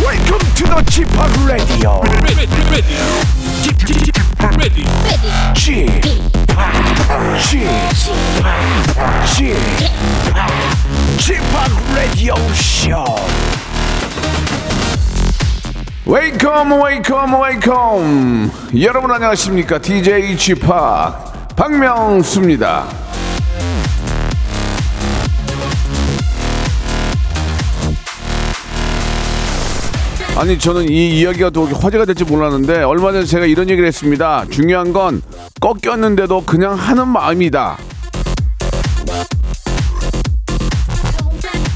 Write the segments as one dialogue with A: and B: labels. A: Welcome to the g p o p Radio.
B: ready, ready, ready, ready.
A: g p o p G p o p Radio Show. Welcome, welcome, welcome. 여러분 안녕하십니까? DJ g p o p 박명수입니다. 아니 저는 이 이야기가 또 화제가 될지 몰랐는데 얼마 전에 제가 이런 얘기를 했습니다. 중요한 건 꺾였는데도 그냥 하는 마음이다.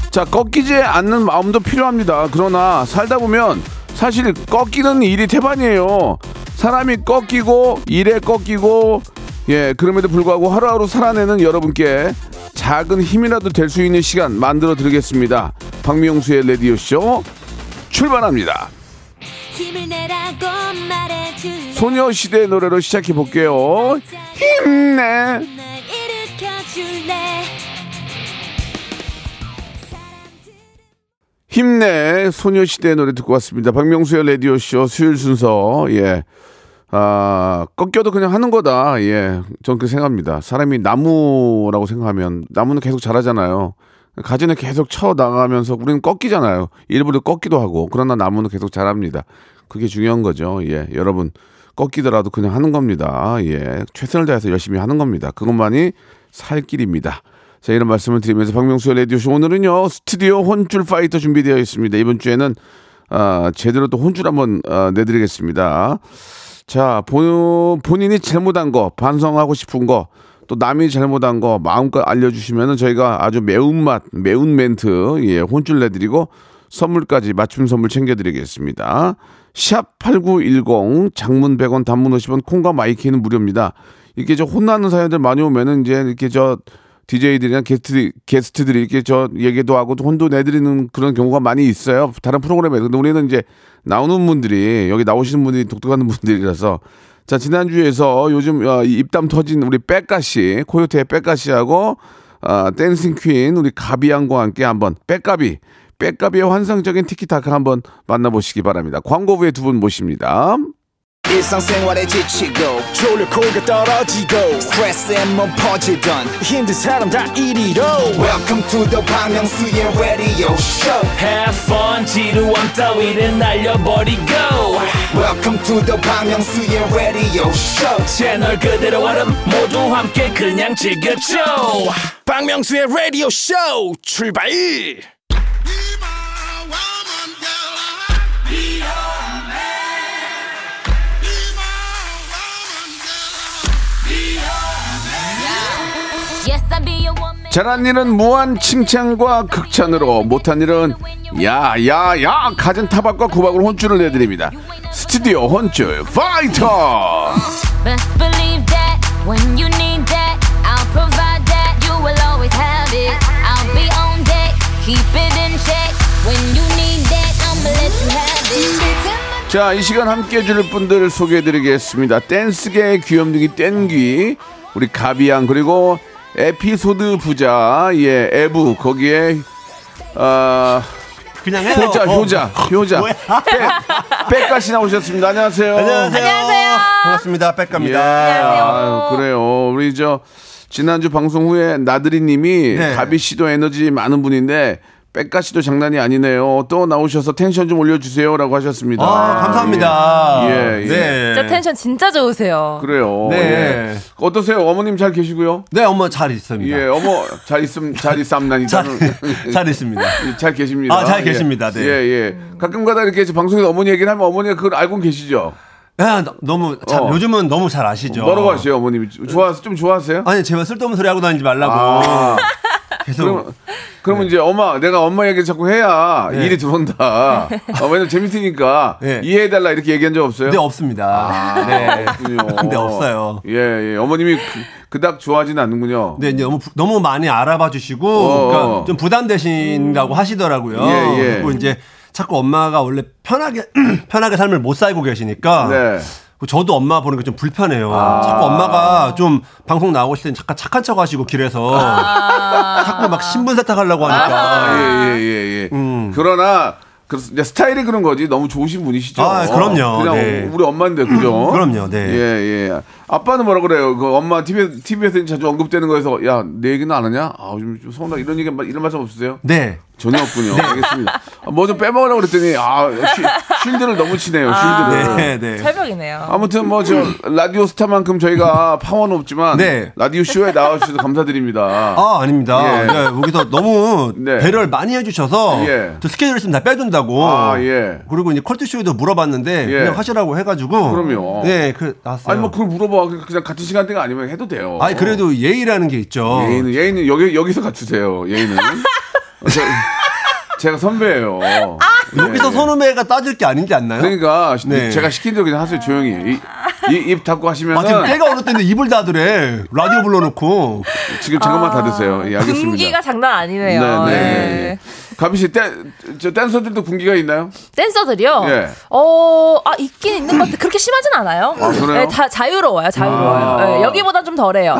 A: 자 꺾이지 않는 마음도 필요합니다. 그러나 살다 보면 사실 꺾이는 일이 태반이에요. 사람이 꺾이고 일에 꺾이고 예 그럼에도 불구하고 하루하루 살아내는 여러분께 작은 힘이라도 될 수 있는 시간 만들어 드리겠습니다. 박명수의 레디오 쇼 출발합니다.
C: 힘을 내라고 말해줄래
A: 소녀시대의 노래로 시작해 볼게요. 힘내.
C: 날 일으켜줄래
A: 힘내. 소녀시대의 노래 듣고 왔습니다. 박명수의 라디오 쇼 수요일 순서. 예. 아, 꺾여도 그냥 하는 거다. 예. 전 그렇게 생각합니다. 사람이 나무라고 생각하면 나무는 계속 자라잖아요. 가지는 계속 쳐 나가면서 우리는 꺾이잖아요. 일부러 꺾기도 하고. 그러나 나무는 계속 자랍니다. 그게 중요한 거죠. 예. 여러분 꺾이더라도 그냥 하는 겁니다. 예. 최선을 다해서 열심히 하는 겁니다. 그것만이 살 길입니다. 자, 이런 말씀을 드리면서 박명수의 라디오쇼 오늘은요, 스튜디오 혼줄 파이터 준비되어 있습니다. 이번 주에는, 아, 제대로 또 혼줄 한번, 아, 내드리겠습니다. 자, 본, 본인이 잘못한 거, 반성하고 싶은 거, 또 남이 잘못한 거 마음껏 알려주시면은 저희가 아주 매운맛, 매운 멘트, 예, 혼쭐 내드리고 선물까지 맞춤 선물 챙겨드리겠습니다. 샵8910 장문 100원 단문 50원 콩과 마이키는 무료입니다. 이렇게 저 혼나는 사연들 많이 오면은 이제 이렇게 저 DJ들이나 게스트, 게스트들이 이렇게 저 얘기도 하고 또 혼도 내드리는 그런 경우가 많이 있어요. 다른 프로그램에. 근데 우리는 이제 나오는 분들이, 여기 나오시는 분들이 독특한 분들이라서. 자, 지난주에서 요즘 어, 이 입담 터진 우리 백가씨, 코요태의 백가씨하고, 아, 댄싱 퀸, 우리 가비양과 함께 한번, 백가비, 백가비의 환상적인 티키타카 한번 만나보시기 바랍니다. 광고 후에 두 분 모십니다.
D: 일상생활에 지치고, 졸려 코가 떨어지고, 스트레스에 몸 퍼지던, 힘든 사람 다 이리로. welcome to the Bang Myung-soo's radio show
E: Have fun 지루함 따위를 날려버리고
D: welcome to the Bang Myung-soo's radio show
E: 채널 그대로 와름 모두 함께 그냥 즐겨줘
D: 박명수의 radio show 출발
C: Yes I be a woman
A: 잘한 일은 무한 칭찬과 극찬으로 못한 일은 야야야 가진 타박과 구박으로 혼쭐을 내드립니다 스튜디오 혼쭐 파이터
C: Best believe that When you need that I'll provide that You will always have it I'll be on deck Keep it in check When you need that I'ma let you have it
A: 자 이 시간 함께 해줄 분들 소개해드리겠습니다 댄스계의 귀염둥이 땡귀 우리 가비양 그리고 에피소드 부자 예 에부 거기에 아
F: 그냥 해요.
A: 효자
F: 어.
A: 효자 효자
F: 뭐야?
A: 백가시 나오셨습니다 안녕하세요
F: 안녕하세요.
C: 안녕하세요.
F: 반갑습니다. 백가입니다.
A: 예. 아유, 그래요. 우리 저 지난주 방송 후에 나들이님이
F: 네.
A: 가비 씨도 에너지 많은 분인데 백가 씨도 장난이 아니네요. 또 나오셔서 텐션 좀 올려주세요라고 하셨습니다.
F: 아, 감사합니다.
A: 예, 예.
F: 네.
G: 진짜 텐션 진짜 좋으세요.
A: 그래요.
F: 네.
A: 예. 어떠세요? 어머님 잘 계시고요.
F: 네, 어머 잘 있습니다.
A: 예, 어머 잘 있음 잘 있삼난
F: 잘,
A: 일단은
F: 잘 있습니다.
A: 잘 계십니다.
F: 아, 잘
A: 예.
F: 계십니다. 네.
A: 예, 예. 가끔가다 이렇게 방송에서 어머니 얘기를 하면 어머니가 그걸 알고 계시죠.
F: 야, 너- 너무 잘,
A: 어.
F: 요즘은 너무 잘 아시죠.
A: 뭐라고 하세요, 어머님이? 좋아, 좀 좋아하세요?
F: 아니, 제발 쓸데없는 소리 하고 다니지 말라고.
A: 아.
F: 계속
A: 그럼, 그럼 이제 엄마, 내가 엄마 얘기 자꾸 해야
F: 네.
A: 일이 들어온다. 아, 왜냐면 재밌으니까
F: 네.
A: 이해해달라 이렇게 얘기한 적 없어요?
F: 네, 없습니다.
A: 아.
F: 네.
A: 없군요.
F: 근데 없어요.
A: 예, 예. 어머님이 그, 닥 좋아하진 않는군요.
F: 네, 이제 너무, 부- 너무 많이 알아봐 주시고,
A: 어. 음.
F: 그러니까 좀 부담되신다고 하시더라고요.
A: 예, 예.
F: 그리고 이제 자꾸 엄마가 원래 편하게, 편하게 삶을 못 살고 계시니까, 그
A: 네. 아.
F: 저도 엄마 보는 게 좀 불편해요. 자꾸 엄마가 좀 방송 나오실 땐 잠깐 착한 척 하시고 길에서 자꾸 막 신분 세탁하려고 하니까. 아. 음.
A: 아, 예, 예, 예, 예. 그러나 그래서 이제 스타일이 그런 거지 너무 좋으신 분이시죠.
F: 아, 그럼요.
A: 그냥
F: 네.
A: 우리 엄마인데 그죠.
F: 그럼요, 네.
A: 예, 예. 아빠는 뭐라 그래요? 그 엄마 TV TV에서 자주 언급되는 거에서 야 내 얘기는 안 하냐? 아, 요즘 좀 서운하다 이런 얘기 이런 말씀 없으세요?
F: 네.
A: 전혀 없군요. 알겠습니다. 뭐 좀 빼먹으라고 그랬더니 아 역시 쉴드를 너무 치네요. 쉴드를.
F: 네, 네.
G: 철벽이네요.
A: 아무튼 뭐 저 라디오 스타만큼 저희가 파워는 없지만
F: 네.
A: 라디오 쇼에 나와주셔서 감사드립니다.
F: 아, 아닙니다.
A: 예.
F: 네, 여기서 너무
A: 네.
F: 배려를 많이 해주셔서
A: 예.
F: 저 스케줄 있으면 다 빼준다고.
A: 아, 예.
F: 그리고 이제 컬트쇼에도 물어봤는데
A: 예.
F: 그냥 하시라고 해가지고.
A: 그럼요.
F: 네, 그 나왔어요.
A: 아니 뭐 그걸 물어봐 그냥 같은 시간대가 아니면 해도 돼요. 어.
F: 아니, 그래도 어. 예의라는 게 있죠.
A: 예의는 예의는 여기 여기서 갖추세요. 예의는 어, 저- 제가 선배예요.
F: 아, 여기서
A: 예.
F: 선우매가 따질 게 아닌지 않나요?
A: 그러니까 시-
F: 네.
A: 제가 시킨 대로 그냥 하세요 조용히 이- 이- 입 닫고 하시면
F: 아, 지금 때가 어느 때인데 입을 다드래. 라디오 불러놓고.
A: 지금 잠깐만
F: 아.
A: 닫으세요. 예, 알겠습니다.
G: 분기가 장난 아니네요.
A: 네, 네,
G: 네.
A: 네, 네. 가비 씨댄저 댄서들도 군기가 있나요?
G: 댄서들이요.
A: 예.
G: 어, 아 있긴 있는 것 같아. 그렇게 심하진 않아요.
A: 아, 그래요?
G: 네, 다 자유로워요. 자유로워요.
A: 아. 그러니까
G: 네, 여기보단 좀 덜해요.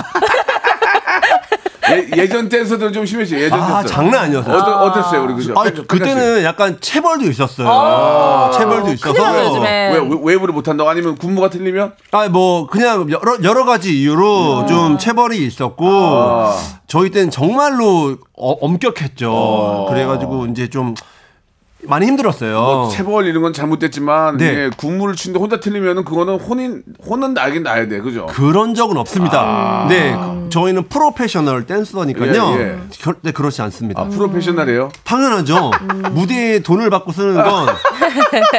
A: 예, 예전 댄서들은 좀 심했지. 예전
F: 아,
A: 댄서.
F: 장난 아니었어요.
A: 그러니까. 어떠, 어땠어요 아, 우리 그죠?
F: 아,
A: 백가- 백가 씨.
F: 그때는 약간 체벌도 있었어요. 체벌도
G: 큰일 나요,
F: 있어서.
G: 요즘에.
A: 왜 왜- 웨이브를 못한다고 아니면 군무가 틀리면
F: 아, 뭐, 그냥 여러, 여러 가지 이유로
A: 음.
F: 좀 체벌이 있었고,
A: 아.
F: 저희 때는 정말로 어- 엄격했죠.
A: 어.
F: 그래가지고 이제 좀 많이 힘들었어요.
A: 뭐 체벌 이런 건 잘못됐지만
F: 네.
A: 예, 군무를 친데 혼자 틀리면은 그거는 혼인 혼은 나긴 나야 돼 그죠?
F: 그런 적은 없습니다. 네, 그- 저희는 프로페셔널 댄서니까요.
A: 아. 예, 예.
F: 절대 그렇지 않습니다.
A: 아, 프로페셔널이에요.
F: 당연하죠. 무대에 돈을 받고 쓰는 건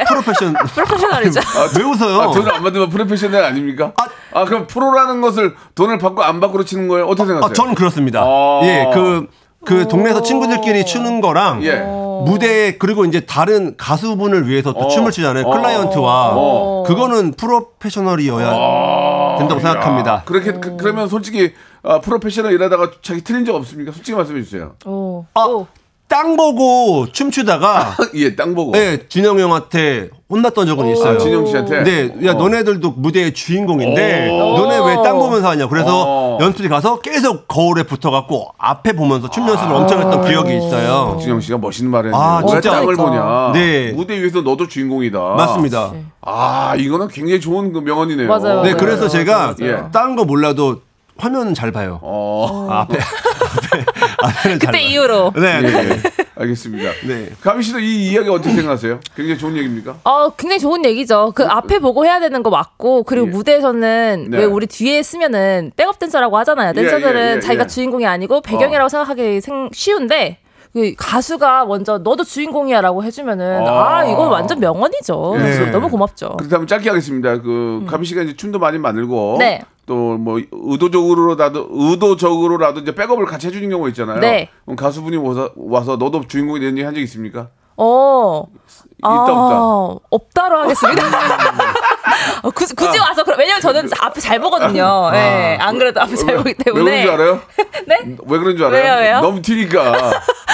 F: 프로페션.
G: 프로페셔널이죠.
F: 왜 웃어요?
A: 아, 돈을 안 받으면 프로페셔널 아닙니까? 아, 그럼 프로라는 것을 돈을 받고 안 받고로 치는 거예요? 어떻게 생각하세요?
F: 아, 저는 그렇습니다.
A: 아.
F: 예, 그, 그 동네에서 친구들끼리 추는 거랑
A: 예.
F: 무대에 그리고 이제 다른 가수분을 위해서 또
A: 어.
F: 춤을 추잖아요.
A: 어.
F: 클라이언트와.
A: 어. 아.
F: 그거는 프로페셔널이어야 된다고 생각합니다.
A: 그렇게 그, 러면 솔직히 아, 프로페셔널 일하다가 자기 틀린 적 없습니까? 솔직히 말씀해 주세요. 어,
G: 오.
F: 아,
G: 오.
F: 땅 보고 춤추다가
A: 예, 땅 보고.
F: 예, 준영 형한테 혼났던 적은 있어요.
A: 아, 진영 씨한테.
F: 네, 야 너네들도 무대의 주인공인데
A: 오.
F: 너네 왜 땅 보면서 하냐? 그래서
A: 어.
F: 연출이 가서 계속 거울에 붙어갖고 앞에 보면서 춤 연습을 엄청 했던 기억이 있어요.
A: 진영 아, 씨가 멋있는 말을 했네요.
F: 아,
A: 왜
F: 진짜.
A: 땅을 보냐?
F: 네.
A: 무대 위에서 너도 주인공이다.
F: 맞습니다.
A: 아, 이거는 굉장히 좋은 그 명언이네요.
G: 맞아요.
F: 네, 그래서
G: 맞아요,
F: 제가
A: 맞아요. 예.
F: 딴 거 몰라도 화면은 잘 봐요.
A: 어.
F: 아, 앞에 앞에 앞에는 잘
G: 그때
F: 봐요.
G: 이후로.
F: 네, 네.
A: 예, 알겠습니다.
F: 네.
A: 가미 씨도 이 이야기 어떻게 생각하세요? 굉장히 좋은 얘기입니까?
G: 어, 굉장히 좋은 얘기죠. 그 앞에 보고 해야 되는 거 맞고, 그리고
A: 예.
G: 무대에서는
A: 네.
G: 왜 우리 뒤에 쓰면은 백업 댄서라고 하잖아요. 댄서들은
A: 예, 예, 예, 어.
G: 자기가
A: 예.
G: 주인공이 아니고 배경이라고 생각하기 생- 쉬운데, 그 가수가 먼저 너도 주인공이야 라고 해주면은,
A: 아.
G: 아, 이건 완전 명언이죠.
A: 예.
G: 그래서 너무 고맙죠.
A: 그렇다면 짧게 하겠습니다. 그 가미 씨가 이제 춤도 많이 만들고
G: 어. 음. 네.
A: 또 뭐 의도적으로라도 의도적으로라도 이제 백업을 같이 해주는 경우가 있잖아요.
G: 네.
A: 그럼 가수분이 와서, 와서 너도 주인공이 되는 얘기 한 적 있습니까?
G: 어.
A: 있다, 없다.
G: 없다. 로 하겠습니다. 어, 굳이,
A: 아.
G: 굳이 와서, 그럼, 왜냐면 저는 앞에 잘 보거든요. 예. 안 그래도 앞에 잘 보기
A: 어, 왜 그런
G: 때문에.
A: 줄 알아요?
G: 네?
A: 왜 그런 줄 알아요?
G: 왜요, 왜요?
A: 너무 튀니까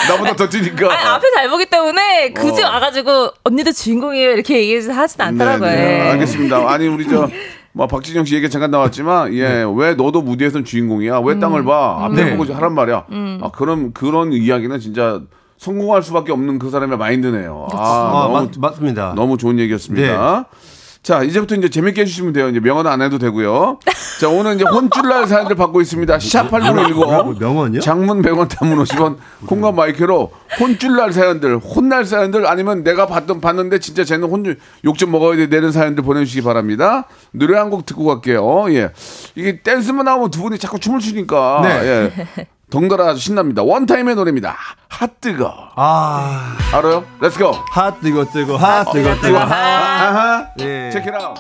A: 나보다 더 튀니까.
G: 아니, 앞에 잘 보기 때문에 굳이
A: 어.
G: 와가지고 언니도 주인공이에요 이렇게 얘기하진 하진 않더라고요.
A: 네, 네.
G: 예.
A: 알겠습니다. 아니 우리 저. 뭐 박진영 씨 얘기 잠깐 나왔지만 예왜 너도 무대에선 주인공이야 왜 땅을 봐 앞에
F: 네.
A: 보고 하란 말이야 아 그런 그런 이야기는 진짜 성공할 수밖에 없는 그 사람의 마인드네요 아,
F: 아,
A: 너무,
F: 맞, 맞습니다.
A: 너무 좋은 얘기였습니다
F: 네.
A: 자 이제부터 이제 재밌게 해주시면 돼요 이제 명언 안 해도 되고요 자 오늘 이제 혼쭐날 사연들 받고 있습니다
F: 뭐라고,
A: 샵8910
F: 명언이요?
A: 장문 100원 단문 50원 콩과 마이크로 혼쭐날 사연들 혼날 사연들 아니면 내가 봤던 봤는데 진짜 쟤는 혼욕 좀 먹어야 돼 되는 사연들 보내주시기 바랍니다 노래 한 곡 듣고 갈게요 예 이게 댄스만 나오면 두 분이 자꾸 춤을 추니까
F: 네.
A: 예 덩달아 아주 신납니다 원타임의 노래입니다 핫뜨거
F: 아,
A: 알아요? 렛츠고
F: 핫 뜨거 뜨거 핫 뜨거 뜨거 핫.
A: 아하
F: 예.
A: 아, 체크 아웃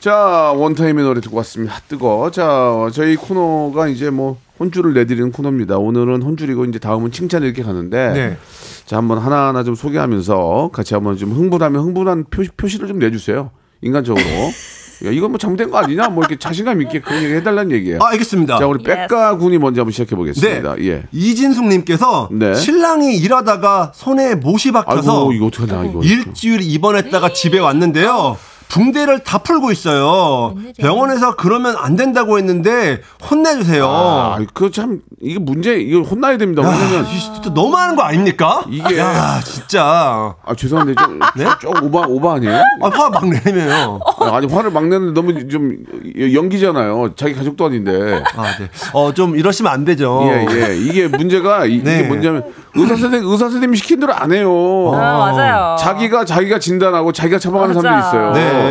A: 자 원타임의 노래 듣고 왔습니다 뜨거 자 저희 코너가 이제 뭐 혼줄을 내드리는 코너입니다 오늘은 혼줄이고 이제 다음은 칭찬 이렇게 가는데
F: 네.
A: 자 한번 하나하나 좀 소개하면서 같이 한번 좀 흥분하면 흥분한 표시, 표시를 좀 내주세요 인간적으로 야, 이건 뭐 잘못된 거 아니냐 뭐 이렇게 자신감 있게 그런 얘기 해달라는 얘기예요
F: 아, 알겠습니다.
A: 자 우리 백가 군이 먼저 한번 시작해 보겠습니다
F: 네.
A: 예
F: 이진숙님께서
A: 네.
F: 신랑이 일하다가 손에 못이 박혀서
A: 아이고 이거 어떡하냐 이거
F: 일주일 입원했다가 집에 왔는데요. 붕대를 다 풀고 있어요. 병원에서 그러면 안 된다고 했는데 혼내주세요.
A: 아, 그 참 이게 문제 이거 혼나야 됩니다. 왜냐면
F: 아, 이 진짜 너무하는 거 아닙니까?
A: 이게-
F: 야 진짜
A: 아 죄송한데 좀,
F: 네?
A: 좀 오바 오바 아니에요?
F: 아, 화막 내면
A: 아니 화를 막 내는데 너무 좀 연기잖아요. 자기 가족도 아닌데.
F: 아, 네. 어좀 이러시면 안 되죠.
A: 예, 예. 이게 문제가 이-
F: 네.
A: 이게 뭐냐면 의사 선생 의사 선생님이 시킨 대로 안 해요.
G: 아,
F: 어.
G: 맞아요.
A: 어, 자기가 자기가 진단하고 자기가 처방하는
G: 맞아.
A: 사람도 있어요.
F: 네.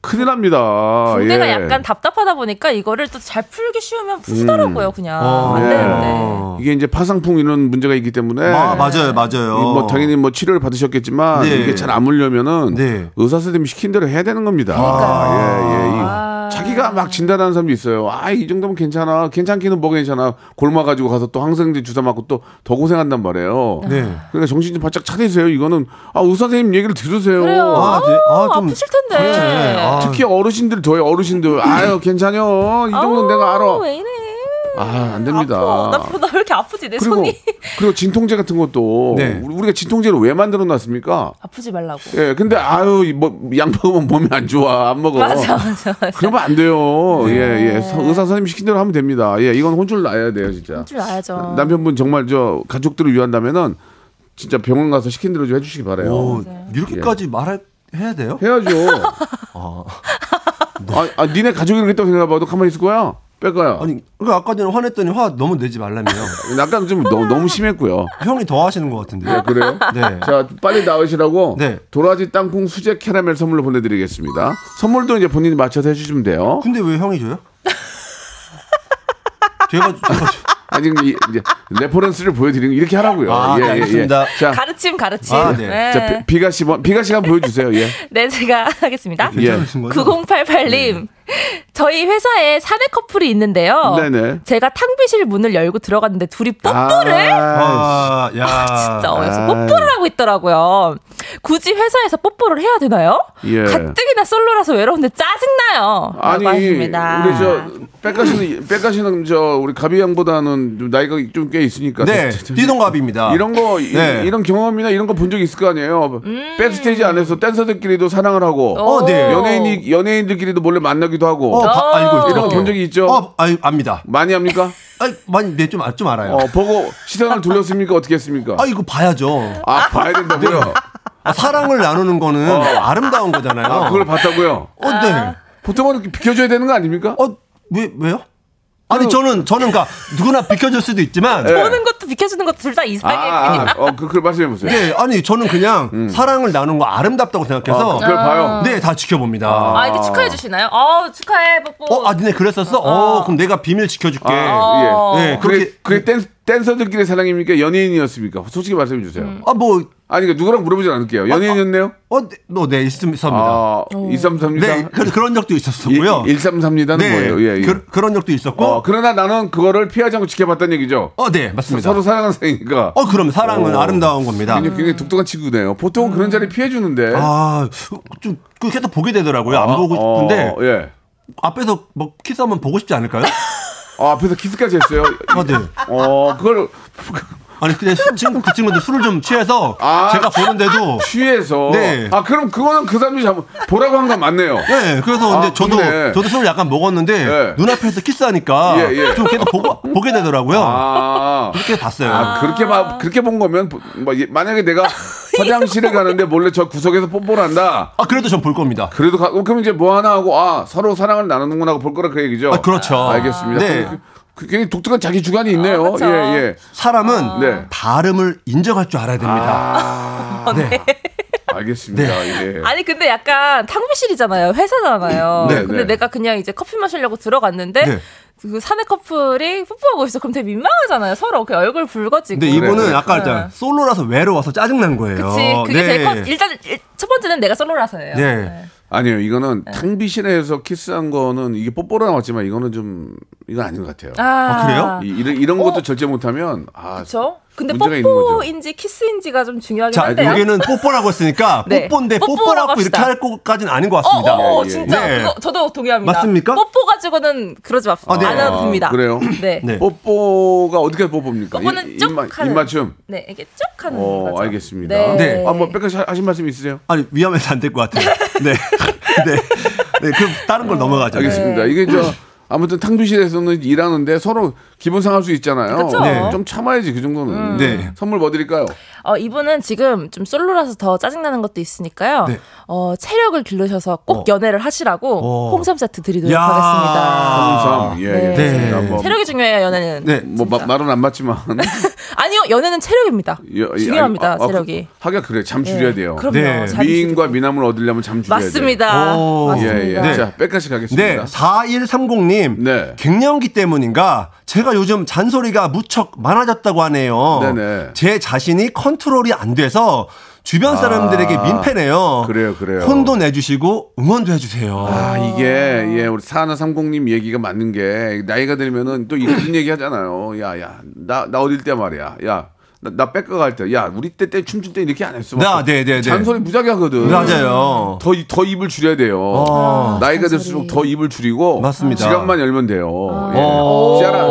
A: 큰일 납니다.
G: 군대가
A: 예.
G: 약간 답답하다 보니까 이거를 또 잘 풀기 쉬우면 푸시더라고요 그냥 안
A: 예.
G: 되는데
A: 이게 이제 파상풍 이런 문제가 있기 때문에
F: 어. 아, 맞아요, 맞아요.
A: 예. 이 뭐 당연히 뭐 치료를 받으셨겠지만
F: 어. 네.
A: 이게 잘 안 물려면은
F: 네.
A: 의사 선생님이 시킨 대로 해야 되는 겁니다. 아, 예, 예. 이 자기가 막 진단하는 사람도 있어요. 아, 이 정도면 괜찮아. 괜찮기는 뭐 괜찮아. 골마 가지고 가서 또 항생제 주사 맞고 또 더 고생한단 말이에요.
F: 네.
A: 그러니까 정신 좀 바짝 차리세요. 이거는 아, 의사 선생님 얘기를 들으세요.
G: 그래요.
F: 아,
G: 아,
F: 네. 아, 좀-
G: 아프실 텐데
F: 네. 아,
A: 특히 어르신들 더요. 어르신들. 아유, 괜찮요. 이 정도는 내가 알아.
G: 왜 이래
A: 아, 안 됩니다.
G: 아파. 나, 나왜 이렇게 아프지 내
A: 그리고
G: 손이
A: 그리고 진통제 같은 것도
F: 네.
A: 우리- 우리가 진통제를 왜 만들어 놨습니까?
G: 아프지 말라고
A: 예, 근데 아유 이뭐양 먹으면 몸이 안 좋아 안 먹어.
G: 맞아 맞아 맞아
A: 그러면 안 돼요.
F: 네.
A: 예, 예. 서- 의사 선생님 시킨 대로 하면 됩니다. 예, 이건 혼쭐 나야 돼요, 진짜.
G: 줄 알아야죠
A: 남편분 정말 저 가족들을 위한다면은 진짜 병원 가서 시킨 대로 좀 해주시기
G: 네.
A: 바래요. 예.
F: 오, 뭐 이렇게까지 말해 해야 돼요?
A: 해야죠. 아, 아, 니네 가족이 그랬다고 생각해봐도 가만히 있을 거야? 뺄 거야?
F: 아니, 그 아까 전에 화냈더니 화 너무 내지 말라며.
A: 약간 좀 너, 너무 심했고요.
F: 형이 더 하시는 것 같은데요.
A: 예, 그래요?
F: 네.
A: 자, 빨리 나오시라고
F: 네.
A: 도라지 땅콩 수제 캐러멜 선물로 보내드리겠습니다. 선물도 이제 본인이 맞춰서 해주시면 돼요.
F: 근데 왜 형이 줘요? 제가
A: 아니 이- 이제 레퍼런스를 보여드리는 거 이렇게 하라고요. 예,
F: 아, 네, 알겠습니다.
A: 자,
G: 가르침 가르침
F: 아, 네.
G: 네.
A: 자, 비, 가씨 비가 씨한 보여주세요. 예.
G: 네, 제가 하겠습니다
F: 괜찮으신 거죠?
G: 9088님 저희 회사에 사내 커플이 있는데요
A: 네. 네네.
G: 제가 탕비실 문을 열고 들어갔는데 둘이 뽀뽀를
F: 아, 야.
G: 진짜
A: 아.
G: 어려서 뽀뽀를 하고 있더라고요. 굳이 회사에서 뽀뽀를 해야 되나요?
A: 예.
G: 가뜩이나 솔로라서 외로운데 짜증나요.
A: 아니
G: 라고 하십니다.
A: 우리 저 백가시는 백가시는 저 우리 가비 양보다는 좀 나이가 좀 꽤 있으니까
F: 네,
A: 저- 저-
F: 띠동갑입니다.
A: 이런 거 이-
F: 네.
A: 이런 경험이나 이런 거 본 적 있을 거 아니에요.
G: 음.
A: 백스테이지 안에서 댄서들끼리도 사랑을 하고
F: 어, 네.
A: 연예인이 연예인들끼리도 몰래 만나기도 하고
F: 어,
G: 아.
F: 바- 알고 있죠.
A: 이런 거 본 적이 있죠.
F: 어, 아, 압니다.
A: 많이 합니까?
F: 아, 많이 네, 좀, 알- 좀 알아요.
A: 어, 보고 시선을 돌렸습니까? 어떻게 했습니까?
F: 아, 이거 봐야죠.
A: 아 봐야 된다고요.
F: 아, 사랑을 나누는 거는 아름다운 거잖아요.
A: 어. 아 그걸 봤다고요.
F: 어, 네.
A: 보통은 이렇게 비켜줘야 되는 거 아닙니까?
F: 어, 왜 왜요? 아니 저는 저는 그니까 누구나 비켜줄 수도 있지만
A: 예.
G: 보는 것도 비켜주는 것도 둘 다
A: 아,
G: 이상해.
A: 아,
G: 그냥.
A: 아, 어, 그, 그걸 말씀해 보세요.
F: 네, 아니 저는 그냥 사랑을 나누는 거 아름답다고
A: 어,
F: 생각해서
A: 음. 그걸 봐요.
F: 네, 다 지켜봅니다.
G: 아, 이렇게 축하해 주시나요? 어, 축하해, 뽀뽀.
F: 어, 아, 니네 그랬었어? 어, 그럼 내가 비밀 지켜줄게.
A: 아, 예.
F: 네,
A: 그게,
F: 그렇게
A: 그게 댄스, 댄서들끼리 사랑입니까? 연예인이었습니까? 솔직히 말씀해 주세요.
F: 아, 뭐
A: 아니, 그러니까 누구랑 물어보진 않을게요. 연예인이었네요?
F: 어, 네, 너, 네, 있습니다.
A: 아, 233입니다.
F: 네, 그, 그런 적도 있었고요.
A: 133이다는
F: 네,
A: 뭐예요? 예, 예.
F: 그, 런 적도 있었고,
A: 어, 그러나 나는 그거를 피하지 않고 지켜봤다는 얘기죠.
F: 어, 네, 맞습니다.
A: 서로 사랑하는 사이니까.
F: 어, 그럼 사랑은
A: 어.
F: 아름다운 겁니다.
A: 굉장히, 굉장히 독특한 친구네요. 보통은 그런 자리 피해주는데.
F: 아, 좀, 그, 계속 보게 되더라고요. 안 보고
A: 네? 어,
F: 싶은데,
A: 예.
F: 앞에서 뭐, 키스하면 보고 싶지 않을까요?
A: 아, 앞에서 키스까지 했어요.
F: 아, 네.
A: 어, 그걸
F: 아니, 근데 수- 친구, 그 친구들 술을 좀 취해서,
A: 아.
F: 제가 보는데도,
A: 취해서.
F: 네.
A: 아, 그럼 그거는 그 사람이 잘못, 보라고 한 건 맞네요.
F: 네,
A: 아,
F: 그래서 이제 저도
A: 좋네.
F: 저도 술을 약간 먹었는데
A: 예.
F: 눈앞에서 키스하니까
A: 예, 예.
F: 좀 계속 보고 보게 되더라고요.
A: 아.
F: 그렇게 봤어요.
A: 아, 그렇게 봐, 그렇게 본 거면 보- 뭐, 예, 만약에 내가 화장실에 가는데 몰래 저 구석에서 뽀뽀를 한다.
F: 아 그래도 전 볼 겁니다.
A: 그래도 가, 그럼 이제 뭐 하나 하고 아 서로 사랑을 나누는구나 하고 볼 거라 그 얘기죠.
F: 아, 그렇죠.
A: 알겠습니다.
F: 네.
A: 그- 그- 굉장히 독특한 자기 주관이 있네요.
G: 그렇죠.
A: 예, 예.
F: 사람은
A: 네.
F: 다름을 인정할 줄 알아야 됩니다.
A: 아,
F: 네.
A: 알겠습니다. 예.
G: 네. 아니 근데 약간 탕비실이잖아요 회사잖아요
A: 네,
G: 근데
A: 네.
G: 내가 그냥 이제 커피 마시려고 들어갔는데
F: 음. 네.
G: 그 사내 커플이 뽀뽀하고 있어 그럼 되게 민망하잖아요 서로 그 얼굴 붉어지고
F: 근데 이분은
A: 그래.
F: 아까
G: 네.
F: 솔로라서 외로워서 짜증난 거예요.
G: 그치 그게
F: 네.
G: 제일 커 일단 일- 첫 번째는 내가 솔로라서예요
F: 네.
A: 아니요, 이거는
G: 네.
A: 탕비실에서 키스한 거는 이게 뽀뽀로 나왔지만 이거는 좀 이건 아닌 것 같아요.
G: 아,
F: 아, 그래요?
A: 이, 런 이런 것도 절제 못하면 아
G: 그렇죠. 근데
A: 문제가 있는 거죠.
G: 뽀뽀인지 키스인지가 좀 중요하긴
F: 자
G: 한데요.
F: 여기는 뽀뽀라고 했으니까
G: 네.
F: 뽀뽀인데
G: 뽀뽀라고
F: 뽀뽀라고 이렇게
G: 합시다.
F: 할 것까지는 아닌 것
G: 어,
F: 같습니다.
G: 어, 어,
A: 예, 예.
G: 진짜
F: 네.
G: 그거 저도 동의합니다.
F: 맞습니까?
G: 뽀뽀 가지고는 그러지 맙시다.
F: 아, 네.
G: 안 해도 됩니다.
A: 아, 그래요?
G: 네.
F: 네.
A: 뽀뽀가 어떻게 뽀뽀입니까?
G: 뽀뽀는
A: 이-
G: 쭉
A: 입마-
G: 하는.
A: 입맞춤.
G: 네, 이게 쭉 하는
A: 어,
G: 거죠.
A: 알겠습니다.
G: 네.
F: 네.
A: 아, 뭐 백가씨 하- 하신 말씀 있으세요?
F: 아니 위험해서 안 될 것 같아요. 네. 네. 네, 그럼 다른 걸 넘어가죠.
A: 알겠습니다.
G: 네.
A: 이게 저 아무튼 탕비실에서는 일하는데 서로 기분 상할 수 있잖아요.
G: 그쵸. 음. 네.
A: 좀 참아야지 그 정도는.
F: 네.
A: 선물 뭐 드릴까요?
G: 어, 이분은 지금 좀 솔로라서 더 짜증나는 것도 있으니까요.
F: 네.
G: 어, 체력을 길러셔서 꼭
F: 어.
G: 연애를 하시라고
F: 어.
G: 홍삼 세트 드리도록
F: 야.
G: 하겠습니다.
A: 홍삼. 예, 예.
G: 네.
A: 좋습니다. 뭐,
G: 체력이 중요해요, 연애는.
F: 네.
A: 뭐 마- 말은 안 맞지만
G: 아니요, 연애는 체력입니다.
A: 여- 이-
G: 중요합니다,
A: 아니, 아, 아,
F: 체력이.
A: 그- 하기가 그래. 잠 줄여야 돼요.
G: 그럼요.
F: 네.
G: 잘
A: 미인과 미남을 얻으려면 잠 줄여야
G: 맞습니다.
A: 돼요.
F: 오.
G: 맞습니다.
A: 예, 예.
F: 네.
A: 자, 백가시
F: 네,
A: 가겠습니다.
F: 4130님.
A: 네.
F: 갱년기 때문인가? 제가 요즘 잔소리가 무척 많아졌다고 하네요.
A: 네네.
F: 제 자신이 컨트롤이 안 돼서 주변 사람들에게
A: 아,
F: 민폐네요.
A: 그래요, 그래요.
F: 혼도 내주시고 응원도 해주세요.
A: 아, 이게, 예, 우리 사나삼공님 얘기가 맞는 게, 나이가 들면은 또 이런 얘기 하잖아요. 야, 야, 나, 나 어릴 때 말이야. 야, 나, 나 백가 갈 때, 야, 우리 때, 때 춤출 때 이렇게 안 했어.
F: 나, 네, 네, 네.
A: 잔소리 무지하게 하거든.
F: 맞아요.
A: 더, 이- 더 입을 줄여야 돼요.
F: 아,
A: 나이가
G: 잔소리.
A: 들수록 더 입을 줄이고,
F: 맞습니다. 아. 어.
A: 지갑만 열면 돼요.
F: 오.
A: 예. 샤라,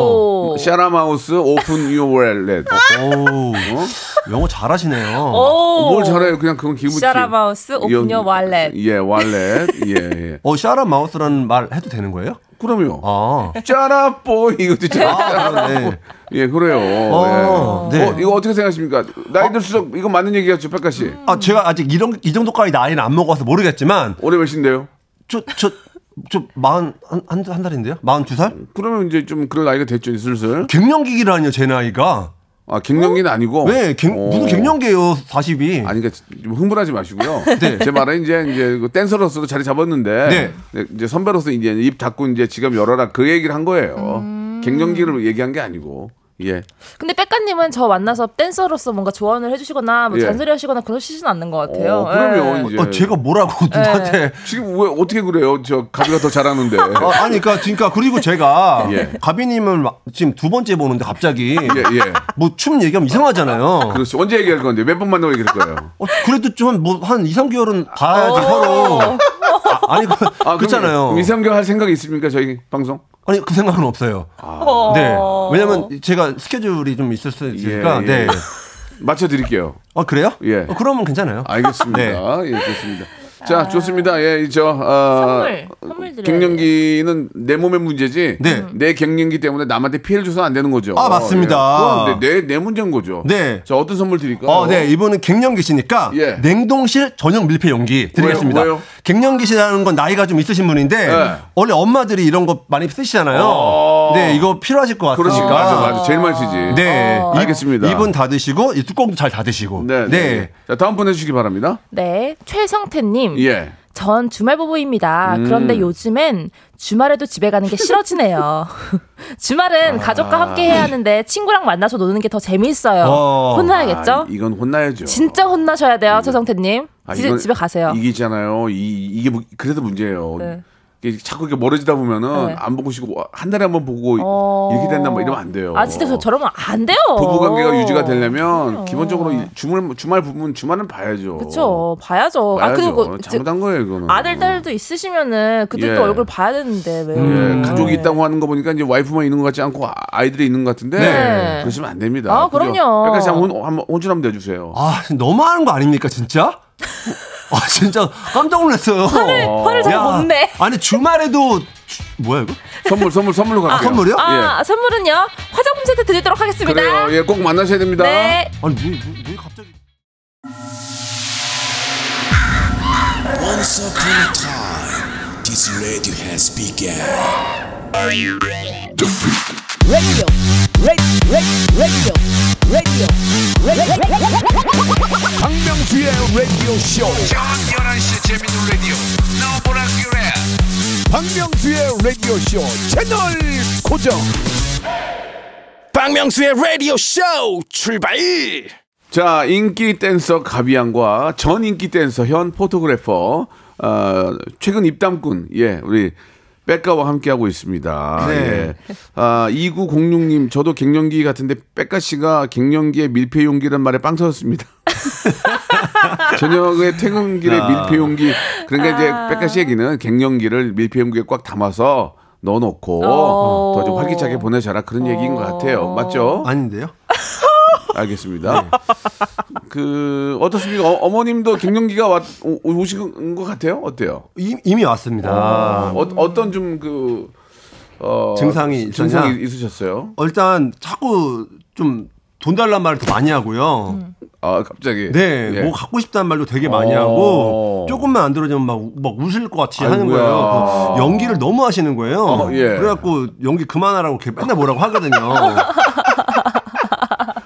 A: 샤라 마우스 오픈 유어 월렛.
F: 오, 영어 잘하시네요.
G: 오.
A: 아, 어, 뭘 잘해요? 그냥 그건 기분
G: 샤라 마우스 오픈 유어 월렛.
A: 예, 월렛. 예, 예.
F: 어, 샤라 마우스라는 말 해도 되는 거예요?
A: 그럼요.
F: 아,
A: 짜라뽀
G: 네.
A: 이것도
F: 아,
A: 짜라뽀
F: 네.
A: 예 그래요
F: 어,
A: 예.
F: 네.
A: 어, 이거 어떻게 생각하십니까 나이 들수록 이거 맞는 얘기였죠 백가씨
F: 아, 제가 아직 이런 이 정도까지 나이는 안 먹어서 모르겠지만
A: 올해 몇인데요
F: 저 저 저 마흔 한한 한 달인데요? 마흔 두 살?
A: 그러면 이제 좀 그럴 나이가 됐죠 슬슬
F: 갱년기라니요 제 나이가.
A: 아 갱년기는 아니고
F: 왜 네, 갱,
A: 어.
F: 무슨 갱년기예요? 40이.
A: 아니 그러니까 좀 흥분하지 마시고요
F: 네.
A: 제 말은 이제 이제 그 댄서로서도 자리 잡았는데 네, 이제 선배로서 이제 입 닫고 이제 지갑 열어라 그 얘기를 한 거예요
G: 음.
A: 갱년기를 얘기한 게 아니고 예
G: 근데 백가님은 저 만나서 댄서로서 뭔가 조언을 해주시거나 뭐
A: 예.
G: 잔소리 하시거나 그러시진 않는 것 같아요.
A: 어, 그럼요,
G: 예.
A: 이제.
F: 어, 제가 뭐라고 누나한테
A: 지금 왜 어떻게 그래요 저 가비가 더 잘하는데
F: 아, 아니, 그니까, 그니까, 그리고 제가,
A: 예.
F: 가비님을 막 지금 두 번째 보는데 갑자기,
A: 예 예.
F: 뭐 춤 얘기하면 이상하잖아요.
A: 그렇죠. 언제 얘기할 건데 몇 번 만나고 얘기할 거예요.
F: 어, 그래도 좀 뭐 한 2, 3개월은 봐야지 서로. 아, 아니, 그,
A: 아,
F: 그렇잖아요.
A: 그럼 이상경 할 생각이 있습니까 저희 방송?
F: 아니, 그 생각은 없어요.
G: 어.
F: 네. 왜냐면 제가 스케줄이 좀 있을 수 있으니까,
A: 예, 예.
F: 네.
A: 맞춰 드릴게요.
F: 어, 그래요?
A: 예.
F: 어, 그러면 괜찮아요.
A: 알겠습니다.
F: 네.
A: 예, 좋습니다. 자, 좋습니다. 예, 이저 어,
G: 선물, 선물 드려요.
A: 갱년기는 내 몸의 문제지. 음.
F: 네.
A: 내 갱년기 때문에 남한테 피해를 줘서 안 되는 거죠.
F: 아, 맞습니다.
A: 예. 그건 내, 내, 내 문제인 거죠.
F: 네.
A: 자, 어떤 선물 드릴까요?
F: 어, 네. 이분은 갱년기시니까
A: 예.
F: 냉동실 전용 밀폐 용기 드리겠습니다.
A: 왜요? 왜요?
F: 갱년기시라는 건 나이가 좀 있으신 분인데
A: 예.
F: 원래 엄마들이 이런 거 많이 쓰시잖아요.
A: 어.
F: 네, 이거 필요하실 것 같으니까.
A: 그렇지. 맞아, 맞아. 제일 많이 쓰지.
F: 네,
G: 아.
A: 어.
F: 이-
A: 알겠습니다.
F: 이분 다 드시고 이 뚜껑도 잘 닫으시고.
A: 네, 네. 네. 자, 다음 분 해주시기 바랍니다.
G: 네. 최성태님.
A: 예.
G: 전 주말 부부입니다.
A: 음.
G: 그런데 요즘엔 주말에도 집에 가는 게 싫어지네요.
A: 아.
G: 주말은 가족과 함께 해야 하는데 친구랑 만나서 노는 게 더 재밌어요.
F: 어.
G: 혼나야겠죠?
A: 아, 이건 혼나야죠.
G: 진짜 혼나셔야 돼요, 최성태님.
A: 아,
G: 지-
A: 이건-
G: 집에 가세요.
A: 이게 있잖아요. 이, 이게 뭐- 그래서 문제예요.
G: 네.
A: 이게 자꾸 이렇게 멀어지다 보면은
G: 네.
A: 안 보고 싶고 한 달에 한 번 보고
G: 어.
A: 이렇게 된다 뭐 이러면 안 돼요.
G: 아, 진짜 저, 저러면 안 돼요.
A: 부부 관계가 유지가 되려면 기본적으로 이 주말 주말 부분 주말은 봐야죠.
G: 그쵸. 봐야죠.
A: 봐야죠.
G: 아, 그리고 이제
A: 잘못한 거예요 이거는.
G: 아들, 딸도 있으시면은 그들도
A: 예.
G: 얼굴 봐야 되는데, 왜.
A: 예,
G: 음. 요
A: 가족이 있다고 하는 거 보니까 이제 와이프만 있는 것 같지 않고 아- 아이들이 있는 것 같은데
F: 네.
A: 그러시면 안 됩니다.
G: 아, 그럼요.
A: 그러니까 한번 혼- 한번 혼쭐 한번 내주세요.
F: 아, 너무하는 거 아닙니까, 진짜? 아, 진짜 깜짝 놀랐어요.
G: 화를 잘 못 내.
F: 아니 주말에도 주- 뭐야 이거?
A: 선물 선물 선물로 갈게요.
F: 선물이요?
G: 아, 선물은요? 화장품 세트 드리도록
A: 예.
G: 하겠습니다.
A: 그래요. 예, 꼭 만나셔야 됩니다.
G: 네.
F: 아니 왜, 왜, 왜 갑자기?
H: Once upon a time, this radio has begun.
D: 박명수의 라디오 쇼. 박명수의 라디오 쇼 채널 고정.
E: 박명수의 라디오 쇼 출발
A: 자, 인기 댄서 가비앙과 전 인기 댄서 현 포토그래퍼, 어, 최근 입담꾼, 예, 우리 백가와 함께하고 있습니다.
F: 네.
A: 예. 아, 2906님, 저도 갱년기 같은데 백가 씨가 갱년기의 밀폐용기란 말에 빵 터졌습니다. 저녁에 퇴근길에 밀폐용기, 그러니까 이제 백가 씨 얘기는 갱년기를 밀폐용기에 꽉 담아서 넣어놓고
G: 어.
A: 더 좀 활기차게 보내자라 그런 얘기인 것 같아요. 맞죠?
F: 아닌데요?
A: 알겠습니다. 네. 그 어떻습니까? 어, 머님도 갱년기가 왔 오- 오신 것 같아요? 어때요?
F: 이- 이미 왔습니다.
A: 어, 어떤 좀그 어,
F: 증상이
A: 증상이
F: 있었냐?
A: 있으셨어요?
F: 일단 자꾸 좀 돈 달란 말을 더 많이 하고요.
A: 아 갑자기
F: 네,
A: 예.
F: 뭐 갖고 싶다는 말도 되게 많이
A: 어.
F: 하고 조금만 안 들어주면 막, 우- 막 웃을 것 같이 하는
A: 아이고야.
F: 거예요. 그 연기를 너무 하시는 거예요.
A: 어, 예.
F: 그래갖고 연기 그만하라고 이렇게 맨날 뭐라고 하거든요.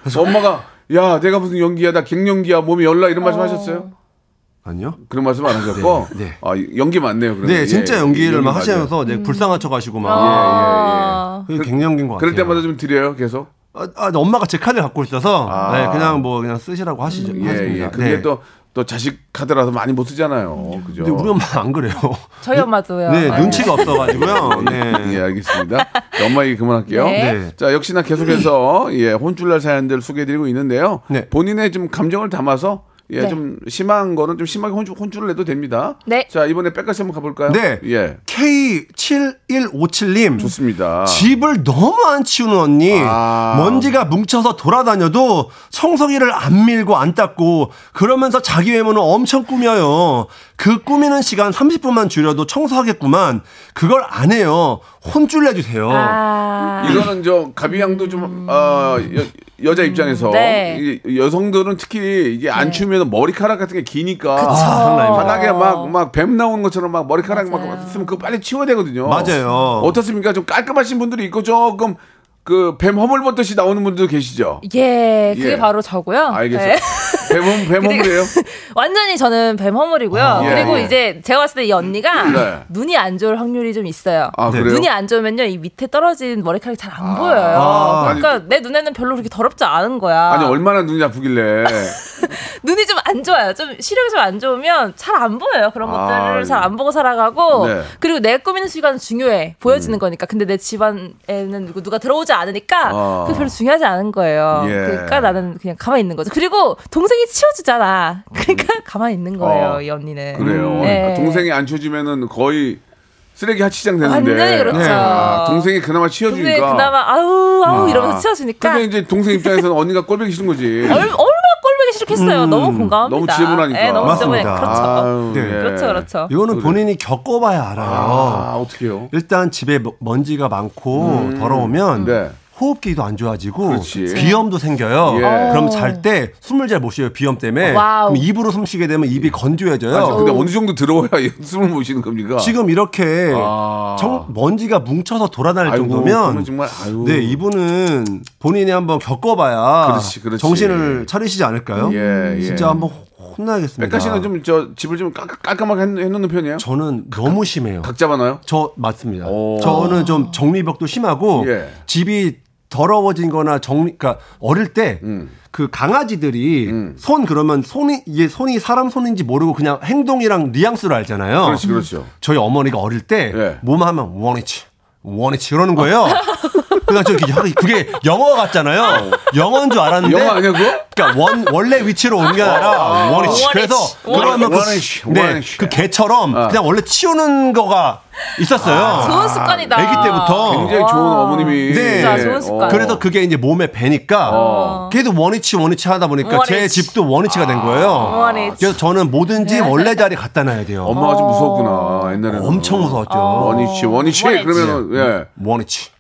A: 그래서 엄마가 야 내가 무슨 연기야 나 갱년기야 몸이 열나 이런 말씀 하셨어요?
F: 아니요.
A: 그런 말씀 안 하셨고
F: 네, 네.
A: 아 연기 맞네요. 그러면.
F: 네, 진짜
A: 예,
F: 연기를 막
A: 맞아요.
F: 하시면서 이제 불쌍한 척하시고 막.
G: 어. 아.
A: 예,
F: 그게 갱년기인 것 같아요.
A: 그럴 때마다 좀 드려요 계속.
F: 아, 아, 엄마가 제 카드 갖고 있어서
A: 아.
F: 네, 그냥 뭐 그냥 쓰시라고 하시죠.
A: 예, 예.
F: 하십니다.
A: 그게
F: 네.
A: 또, 또 자식 카드라서 많이 못 쓰잖아요. 그죠?
F: 근데 우리 엄마 안 그래요.
G: 저희 엄마도요.
F: 네,
G: 네.
F: 눈치가 없어가지고요. 네.
A: 예, 알겠습니다. 엄마 얘기 그만할게요.
G: 네.
F: 네.
A: 자, 역시나 계속해서, 예, 혼쭐날 사연들 소개해드리고 있는데요.
F: 네.
A: 본인의 좀 감정을 담아서, 예,
G: 네.
A: 좀 심한 거는 좀 심하게 혼쭐, 혼쭐을 내도 됩니다.
G: 네.
A: 자, 이번에 백가시 한번 가볼까요?
F: 네.
A: 예.
F: K7157님.
A: 좋습니다.
F: 집을 너무 안 치우는 언니.
A: 아.
F: 먼지가 뭉쳐서 돌아다녀도 청소기를 안 밀고 안 닦고 그러면서 자기 외모는 엄청 꾸며요. 그 꾸미는 시간 30분만 줄여도 청소하겠구만. 그걸 안 해요. 혼쭐
A: 어.
F: 내주세요.
G: 아,
A: 이거는 저 가비양도 좀, 어, 여, 자 입장에서.
G: 네.
A: 이 여성들은 특히 이게 안 추우면 머리카락 같은 게 기니까.
F: 장난 아닙니다.
A: 바닥에 막 막 뱀 나오는 것처럼 막 머리카락 막 쓰면 그거 빨리 치워야 되거든요.
F: 맞아요.
A: 어떻습니까? 좀 깔끔하신 분들이 있고 조금 그 뱀 허물 벗듯이 나오는 분들 계시죠.
G: 예, 그게
A: 예.
G: 바로 저고요.
A: 알겠어요.
G: 네.
A: 뱀 허물 뱀 허물이에요?
G: 완전히 저는 뱀 허물이고요.
A: 예,
G: 그리고
A: 예.
G: 이제 제가 봤을 때 이 언니가
A: 네.
G: 눈이 안 좋을 확률이 좀 있어요.
A: 아
F: 네.
A: 그래요?
G: 눈이 안 좋으면요, 이 밑에 떨어진 머리카락이 잘 안 보여요.
A: 아,
G: 그러니까 내 눈에는 별로 그렇게 더럽지 않은 거야.
A: 아니 얼마나 눈이 아프길래
G: 눈이 좀 안 좋아요. 좀 시력이 좀 안 좋으면 잘 안 보여요. 그런
A: 아,
G: 것들을 잘 안 보고 살아가고
A: 네. 음.
G: 그리고 내 꾸미는 시간은 중요해 보여지는 거니까. 근데 내 집안에는 누구- 누가 들어오지 않으니까
A: 아.
G: 그게 별로 중요하지 않은 거예요.
A: 예.
G: 그러니까 나는 그냥 가만히 있는 거죠. 그리고 동생이 치워주잖아. 그러니까 가만히 있는 거예요.
A: 음. 어,
G: 이 언니는.
A: 그래요. 그러니까
G: 네.
A: 동생이 안 치워주면은 거의 쓰레기 하치장 되는데.
G: 완전히 그렇죠.
A: 아, 동생이 그나마
G: 동생이
A: 치워주니까.
G: 그나마 아우 아우 어, 이러면서 치워주니까
A: 근데 이제 동생 입장에서는 언니가 꼴보기 싫은 거지.
G: 얼, 얼마나 꼴보기 싫겠어요. 너무 공감합니다.
A: 음. 너무 지저분하니까.
G: 예, 너무 지저분해.
F: 맞습니다.
G: 그렇죠.
A: 아유,
F: 네.
A: 예.
G: 그렇죠, 그렇죠.
F: 이거는 본인이 겪어봐야 알아요.
A: 아 어떻게요?
F: 일단 집에 뭐- 먼지가 많고 더러우면
A: 네.
F: 호흡기도 안 좋아지고
A: 그렇지.
F: 비염도 생겨요.
A: 예.
F: 그럼 잘 때 숨을 잘 못 쉬어요. 비염 때문에.
G: 와우.
F: 그럼 입으로 숨 쉬게 되면 입이 건조해져요.
A: 아니, 근데 어느 정도 들어와야 숨을 못 쉬는 겁니까?
F: 네. 지금 이렇게
A: 아.
F: 정- 먼지가 뭉쳐서 돌아다닐
A: 아이고, 그러면
F: 정도면
A: 정말 아유.
F: 네 이분은 본인이 한번 겪어봐야
A: 그렇지, 그렇지.
F: 정신을 차리시지 않을까요?
A: 예, 예.
F: 진짜 한번 혼나야겠습니다.
A: 백가 씨는 좀 저 집을 좀 깔- 깔끔하게 해- 해놓는 편이에요?
F: 저는 너무 심해요.
A: 각 잡아놔요?
F: 저 맞습니다.
A: 오.
F: 저는 좀 정리벽도 심하고
A: 예. 집이
F: 더러워진거나 정리, 그러니까 어릴 때 그
A: 음.
F: 강아지들이
A: 음.
F: 손 그러면 손이 이게 손이 사람 손인지 모르고 그냥 행동이랑 뉘앙스로 알잖아요.
A: 그렇지, 그렇죠.
F: 저희 어머니가 어릴 때
A: 예.
F: 뭐만 하면 원위치, 원위치 이러는 거예요. 그냥 저 이게- 그게 영어 같잖아요. 영어인 줄 알았는데.
A: 영어 아니야, 그거? 어.
F: 그러니까 원 원래 위치로 온 게 아니라 원위치. 그래서 그러면
A: 원위치,
F: 그, 네,
A: 원위치.
F: 그 개처럼
A: 어.
F: 그냥 원래 치우는 거가 있었어요.
G: 아, 좋은 습관이다.
F: 아기 때부터.
A: 굉장히 좋은 어머님이.
F: 네. 진짜 좋은
G: 습관.
A: 어.
F: 어. 그래서 그게 이제 몸에 배니까 계속 원위치 원위치 하다 보니까 제
G: 원위치.
F: 집도 원위치가 된 거예요.
G: 원위치.
F: 그래서 저는 뭐든지 원래 자리 갖다 놔야 돼요.
A: 엄마가 좀 무서웠구나, 옛날에는.
F: 엄청 무서웠죠.
A: 원위치, 원위치.
G: 원위치.
A: 그러면은, 예.
F: 원위치.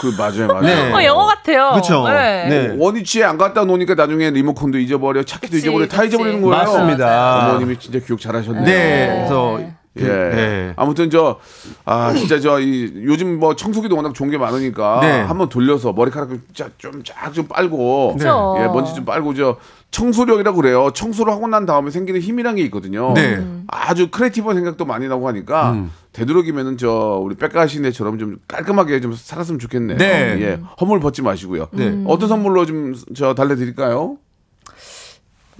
A: 그, 맞아요, 맞아요.
F: 네.
G: 어, 영어 같아요.
F: 그렇죠.
G: 네.
F: 네.
A: 원위치에 안 갖다 놓으니까 나중에 리모컨도 잊어버려, 차키도
G: 그치,
A: 잊어버려, 다
G: 그치.
A: 잊어버리는 거예요.
F: 맞습니다.
A: 어머님이 진짜 교육 잘하셨네요.
F: 네. 그래서
A: 예.
F: 네.
A: 아무튼 저, 아, 진짜 저, 이, 요즘 뭐 청소기도 워낙 좋은 게 많으니까.
F: 네.
A: 한번 돌려서 머리카락 좀 쫙, 좀, 쫙 좀 빨고.
G: 그쵸.
A: 예, 먼지 좀 빨고, 저, 청소력이라고 그래요. 청소를 하고 난 다음에 생기는 힘이란 게 있거든요.
F: 네. 음.
A: 아주 크리에이티브한 생각도 많이 나고 하니까. 되도록이면은 저, 우리 백가시네처럼 좀 깔끔하게 좀 살았으면 좋겠네요.
F: 네.
A: 예. 허물 벗지 마시고요.
F: 네. 음.
A: 어떤 선물로 좀, 저, 달래드릴까요?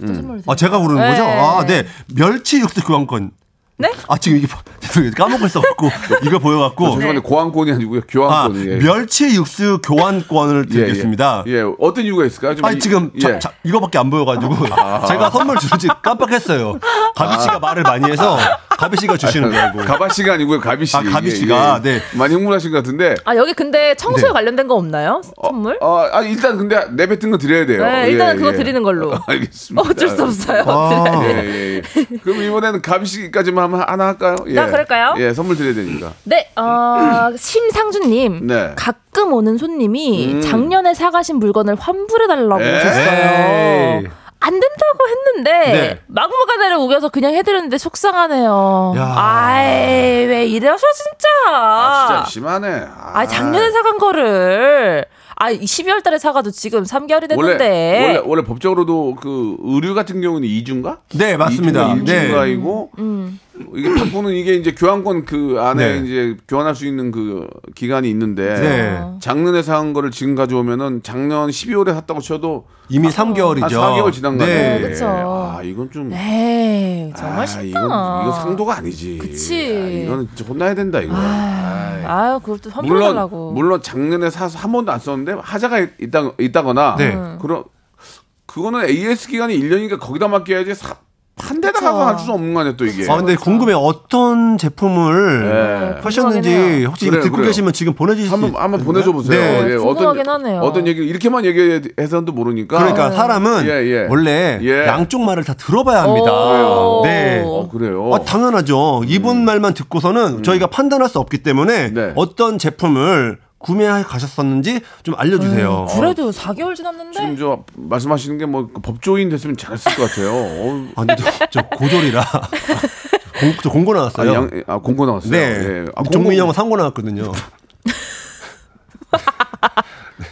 G: 또 선물을
F: 아 제가 고르는 거죠?
G: 네.
F: 아 네. 멸치 육수 교환권.
G: 네?
F: 아 지금 이게 죄송해요. 까먹고 있어갖고 이거 보여갖고
A: 아, 죄송한데 고안권이 아니고요.
F: 네. 아,
A: 교환권. 예.
F: 멸치 육수 교환권을
A: 예, 예.
F: 드리겠습니다.
A: 예, 어떤 이유가 있을까요? 좀
F: 아니
A: 이-
F: 지금 자-
A: 예. 아.
F: 자- 이거밖에 안 보여가지고 제가 선물 주는지 깜빡했어요. 가비 씨가 말을 많이 해서 가비 씨가 주시는 거 알고.
A: 가바 씨가 아니고요. 가비 씨. 예,
F: 아, 가비 씨가, 네.
A: 많이 흥분하신 것 같은데.
G: 아 여기 근데 청소에
F: 네.
G: 관련된 거 없나요? 선물?
A: 어, 아니, 예, 일단 근데 내뱉은 거 드려야 돼요.
G: 네, 일단은 그거 드리는 걸로.
A: 알겠습니다.
G: 어쩔 수 없어요. 네.
F: 아.
A: 예, 예, 예. 그럼 이번에는 가비 씨까지만 하면 하나 할까요? 예.
G: 나 그럴까요?
A: 예, 선물 드려야 되니까.
G: 네, 어, 심상준님.
A: 네. 음.
G: 가끔 오는 손님이 작년에 사가신 물건을 환불해달라고
A: 에이. 네.
G: 하셨어요. 안 된다고 했는데
F: 네.
G: 막무가내를 우겨서 그냥 해드렸는데 속상하네요.
F: 야.
G: 아이 왜 이래서 진짜.
A: 아, 진짜 심하네. 아,
G: 아, 작년에 사간 거를 아 12월 달에 사가도 지금 3개월이
A: 아. 원래,
G: 됐는데
A: 원래 원래 법적으로도 그 의류 같은 경우는 이중가?
F: 네, 맞습니다. 네.
A: 이중가이고 음. 이게 탁구는 이게 이제 교환권 그 안에
F: 네.
A: 이제 교환할 수 있는 그 기간이 있는데
F: 네.
A: 작년에 산 거를 지금 가져오면은 작년 12월에 샀다고 쳐도
F: 이미
A: 한
F: 3개월이죠.
A: 아, 4개월 지난 거예요.
F: 네.
G: 그쵸.
A: 아 이건 좀
G: 에이 네, 정말
A: 아,
G: 싫다.
A: 이건 이거 상도가 아니지.
G: 그치.
A: 아, 이거는 진짜 혼나야 된다 이거. 아이.
G: 아유 그걸 또 환불해달라고.
A: 물론 물론 작년에 사서 한 번도 안 썼는데 하자가 있다 있다거나
F: 네.
G: 음.
A: 그런 그거는 AS 기간이 1년이니까 거기다 맡겨야지 사, 한 데다가 할 수 없는 거 아니야 또 이게.
F: 아 근데 궁금해 어떤 제품을
A: 네.
G: 궁금하긴
F: 하셨는지
G: 해요.
F: 혹시 이거
A: 그래요,
F: 듣고
A: 그래요.
F: 계시면 지금 보내주실 수
A: 한번 한번 보내줘 보세요.
F: 네.
A: 예, 어떤
G: 궁금하긴 하네요. 네.
A: 어떤 얘기 이렇게만 얘기해서도 모르니까.
F: 그러니까 사람은
A: 예, 예.
F: 원래
A: 예.
F: 양쪽 말을 다 들어봐야 합니다.
G: 오.
F: 네.
A: 어, 그래요. 음.
F: 아, 당연하죠. 이분 말만 듣고서는 저희가 판단할 수 없기 때문에
A: 네.
F: 어떤 제품을 구매해 가셨었는지 좀 알려주세요.
G: 음, 그래도 4개월 지났는데.
A: 어. 지금 저 말씀하시는 게 뭐 법조인 됐으면 잘했을 것 같아요. 어우,
F: 아, 근데 저, 저 고졸이라 공, 저 공고
A: 아,
F: 나왔어요.
A: 양, 아 공고 나왔어요.
F: 네,
A: 예. 아, 공고-
F: 종민이 형은 상고 나왔거든요.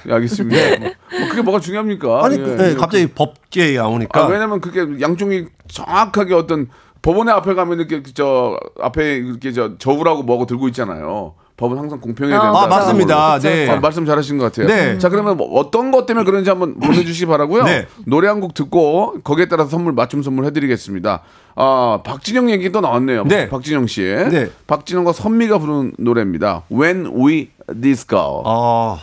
A: 예, 알겠습니다. 뭐, 뭐 그게 뭐가 중요합니까?
F: 네. 아니,
A: 예,
F: 네,
A: 예.
F: 갑자기 그러니까. 법제에 나오니까
A: 아, 왜냐면 그게 양쪽이 정확하게 어떤 법원의 앞에 가면 이렇게 저 앞에 이렇게 저 저우라고 뭐고 들고 있잖아요. 법은 항상 공평해야
G: 아,
A: 된다.
F: 아, 맞습니다.
A: 그런 걸로.
F: 네.
A: 아, 말씀 잘하신 것 같아요.
F: 네.
A: 자 그러면 뭐 어떤 것 때문에 그런지 한번 보내주시기 바라고요.
F: 네.
A: 노래 한 곡 듣고 거기에 따라서 선물 맞춤 선물 해드리겠습니다. 아 박진영 얘기 또 나왔네요.
F: 네.
A: 박진영 씨.
F: 네.
A: 박진영과 선미가 부른 노래입니다. When We Disco.
F: 아,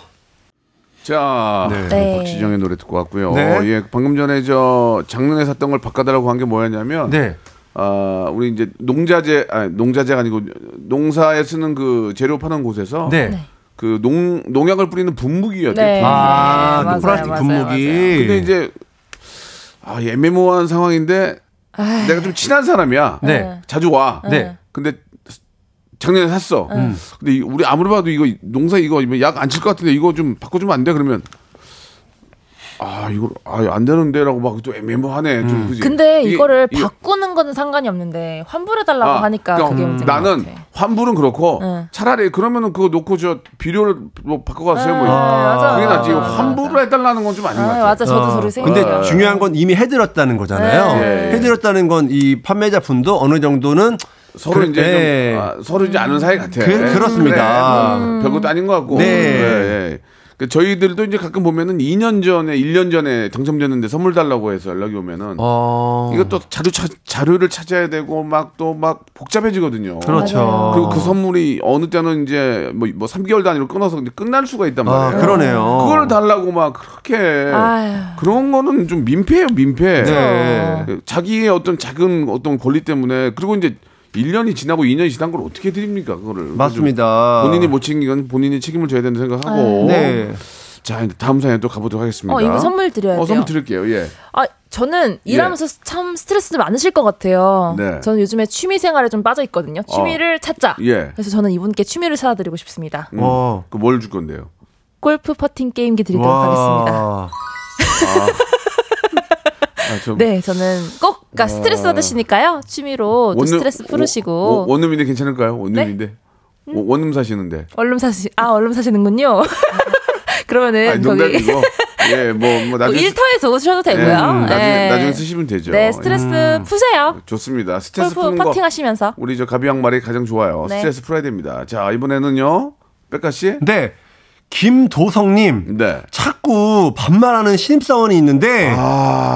A: 자, 그
F: 네.
G: 네.
A: 박지정의 노래 듣고 왔고요.
F: 네.
A: 예, 방금 전에 저 작년에 샀던 걸 바꿔달라고 한 게 뭐였냐면,
F: 네.
A: 아, 우리 이제 농자재, 아니, 농자재가 아니고 농사에 쓰는 그 재료 파는
G: 어,
A: 곳에서
F: 네.
A: 그 농, 농약을 뿌리는 분무기였대요.
G: 네.
F: 아,
G: 네,
F: 그
G: 맞아요,
F: 플라스틱
G: 맞아요,
F: 분무기.
G: 맞아요.
A: 근데 이제 아, 애매모호한 상황인데 내가 좀 친한 사람이야.
F: 네.
A: 자주 와.
F: 네. 음.
A: 근데 작년에 샀어. 근데 이- 우리 아무리 봐도 이거 농사 이거 약 안 칠 것 같은데 이거 좀 바꿔주면 안 돼? 그러면 아 이거 아안 되는데라고 막 또 애매모하네.
F: 음.
A: 좀 그지.
G: 근데
A: 이게-
G: 이거를
A: 이게-
G: 바꾸는 거는 상관이 없는데 환불해달라고
A: 아,
G: 하니까
A: 그러니까
G: 그게 문제인
A: 나는
G: 것 같아.
A: 환불은 그렇고
G: 응.
A: 차라리 그러면은 그거 놓고 저 비료를 뭐 바꿔가세요 뭐.
G: 아, 맞아.
A: 그게 낫지.
G: 맞아.
A: 환불을 해달라는 건 좀 아닌 것
G: 아,
A: 같아.
G: 맞아. 저도 저를
F: 근데
G: 생각해요.
F: 중요한 건 이미 해드렸다는 거잖아요.
A: 네.
F: 해드렸다는 건 이 판매자 분도 어느 정도는
A: 서로
F: 그-
A: 이제
F: 네.
A: 좀 아, 서로 이제 아는 사이 같아.
F: 그- 그렇습니다.
A: 그래, 뭐 별것도 아닌 것 같고.
F: 네.
A: 예, 예. 그 저희들도 이제 가끔 보면은 2년 전에 1년 전에 당첨됐는데 선물 달라고 해서 연락이 오면은
F: 어...
A: 이것도 자료 찾- 자료를 찾아야 되고 막 또 막 복잡해지거든요.
F: 그렇죠.
G: 맞아요.
A: 그리고 그 선물이 어느 때는 이제 뭐, 뭐 3개월 단위로 끊어서 근데 끝날 수가 있단
F: 아,
A: 말이에요.
F: 그러네요.
A: 그걸 달라고 막 그렇게 예.
G: 아유.
A: 그런 거는 좀 민폐예요, 민폐.
F: 네.
A: 그 자기의 어떤 작은 어떤 권리 때문에 그리고 이제 1년이 지나고 2년이 지난 걸 어떻게 드립니까 그거를
F: 맞습니다.
A: 좀 본인이 뭐, 못 챙긴 건 본인이 책임을 져야 된다 생각하고
F: 네.
A: 자 이제 다음 사연 또 가보도록 하겠습니다.
G: 어, 이거 선물 드려야 돼요.
A: 어, 선물 드릴게요. 예.
G: 아, 저는 일하면서 참 스트레스 많으실 것 같아요.
A: 네. 어.
G: 저는 요즘에 취미 생활에 좀 빠져 있거든요. 취미를 찾자.
A: 예.
G: 그래서 저는 이분께 취미를 찾아드리고 싶습니다.
F: 어.
A: 그 뭘 줄 건데요?
G: 골프 퍼팅 게임기 드리도록 하겠습니다.
A: 아, 저
G: 네, 저는 꼭 그러니까 스트레스 받으시니까요. 취미로 또 스트레스
A: 원-
G: 풀으시고
A: 어,
G: 네. 음.
A: 원- 원룸인데 괜찮을까요? 원룸인데 원- 원룸 사시는데.
G: 얼른 사시 아 얼른 사시는군요. 그러면은
A: 아니
G: 네, 거기
A: 농담이고 예뭐뭐
G: 뭐
A: 나중에 쓰-
G: 일터에서 오셔도
A: 예,
G: 되고요.
A: 나중에
G: 예.
A: 나중에 쓰시면 되죠.
G: 네, 스트레스 푸세요.
A: 예, 좋습니다. 스트레스
G: 골프
A: 푸는 거
G: 퍼팅 하시면서.
A: 우리 저 가비양 말이 가장 좋아요.
G: 네.
A: 스트레스 풀어야 됩니다. 자 이번에는요 백가 씨.
F: 네. 김도성님
A: 네.
F: 자꾸 반말하는 신입사원이 있는데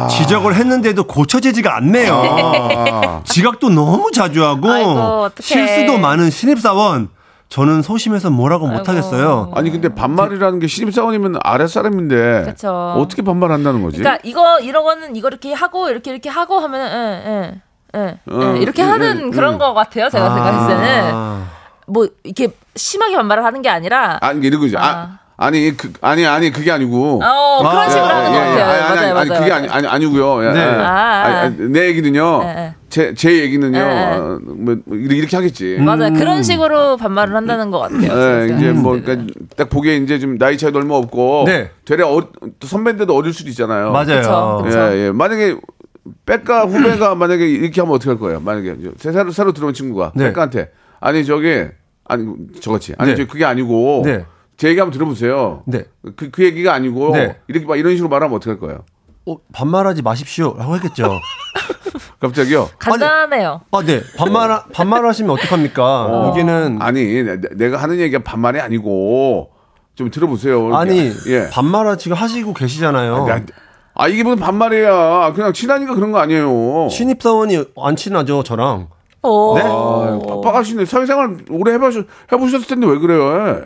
F: 지적을 했는데도 고쳐지지가 않네요.
A: 아,
F: 지각도 너무 자주 하고
G: 아이고, 어떡해.
F: 실수도 많은 신입사원 저는 소심해서 뭐라고 못하겠어요.
A: 아니 근데 반말이라는 게 신입사원이면 아랫사람인데
G: 그쵸.
A: 어떻게 반말한다는 거지?
G: 그러니까 이거 이러거는 이거 이렇게 하고 이렇게 이렇게 하고 하면 은 예, 응, 응, 응,
A: 어,
G: 예. 이렇게
A: 음,
G: 하는
A: 음,
G: 그런
A: 음.
G: 거 같아요. 제가 생각했을 때는
F: 아,
G: 뭐 이렇게 심하게 반말을 하는 게 아니라
A: 아, 이게 이거지. 아, 아니 그 아니 아니 그게 아니고.
G: 어 그런
F: 아,
G: 식으로
F: 예,
G: 하는 것
F: 예,
G: 같아요.
A: 아니, 아니,
G: 맞아요,
A: 아니,
G: 맞아요.
A: 그게
G: 맞아요.
A: 아니, 아니, 아니고요. 예,
F: 네.
A: 예.
F: 아,
G: 아,
A: 아니, 아니, 내 얘기는요.
G: 예.
A: 제, 제 얘기는요.
G: 예, 예.
A: 어, 뭐, 이렇게, 이렇게 하겠지.
G: 음. 맞아요. 그런 식으로 반말을 한다는 것 같아요. 네. 음. 제가
A: 예, 음. 이제
G: 생각했을
A: 뭐,
G: 때는.
A: 그러니까 딱 보기에 이제 좀 나이 차이도 얼마 없고.
F: 네.
A: 되레 어, 또 선배인데도 어릴 수도 있잖아요.
G: 그쵸,
F: 맞아요.
G: 그쵸.
A: 예, 예. 만약에 백과 후배가 만약에 이렇게 하면 어떻게 할 거예요? 만약에 이제 새로 새로 들어온 친구가
F: 네.
A: 백과한테 아니 저기 아니 저같이 아니
F: 네.
A: 저 그게 아니고
F: 네.
A: 제 얘기 한번 들어보세요.
F: 네.
A: 그, 그 얘기가 아니고
F: 네.
A: 이렇게 막 이런 식으로 말하면 어떻게 할 거예요?
F: 어, 반말하지 마십시오라고 했겠죠.
A: 갑자기요?
G: 간단하네요.
F: 아, 네. 반말 반말하시면 어떡합니까? 여기는
A: 아니 내- 내가 하는 얘기가 반말이 아니고 좀 들어보세요. 이렇게.
F: 아니
A: 예.
F: 반말을 어. 지금 하시고 계시잖아요.
A: 나- 아 이게 무슨 반말이야? 그냥 친하니까 그런 거 아니에요.
F: 신입사원이 안 친하죠, 저랑.
A: 어.
G: 오.
F: 네?
A: 아유, 빡빡하시네. 사회생활 오래 해보셨 해보셨을 텐데 왜 그래요?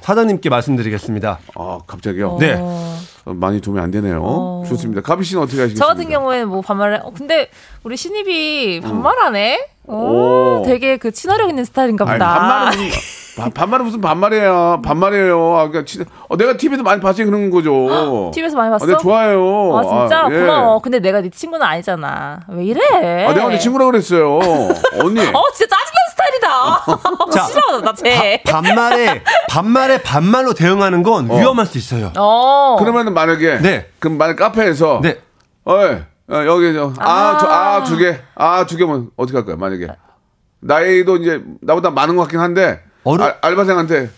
F: 사장님께 말씀드리겠습니다.
A: 아
G: 어.
A: 갑자기요?
F: 네.
A: 어, 많이 도움이 안 되네요. 좋습니다. 가비 씨는 어떻게 하시겠습니까?
G: 저 같은 경우에 뭐 반말을 어, 근데 우리 신입이 반말하네.
A: 오.
G: 오, 되게 그 친화력 있는 스타일인가
A: 아니,
G: 보다.
A: 반말은 무슨 바- 반말은 무슨 반말이에요. 반말이에요. 아, 그러니까 진- 어, 내가 TV에서 많이 봤으니 그런 거죠.
G: TV에서 많이 봤어?
A: 아, 내가 좋아해요.
G: 아 진짜
A: 예.
G: 고마워. 근데 내가 네 친구는 아니잖아. 왜 이래?
A: 아, 내가 내 친구라 그랬어요. 언니.
G: 어 진짜 짜증나는 스타일이다.
F: 자,
G: 싫어 나 쟤.
F: 반말에 반말에 반말로 대응하는 건 위험할 수 있어요.
G: 어.
A: 그러면은 만약에
F: 네.
A: 그럼 만약 카페에서
F: 네.
A: 어이, 어, 여기
G: 아.
A: 저아아두 개. 아, 두 개면 어떻게 할 거야? 만약에 나이도 이제 나보다 많은 것 같긴 한데
F: 어른-
A: 알- 알바생한테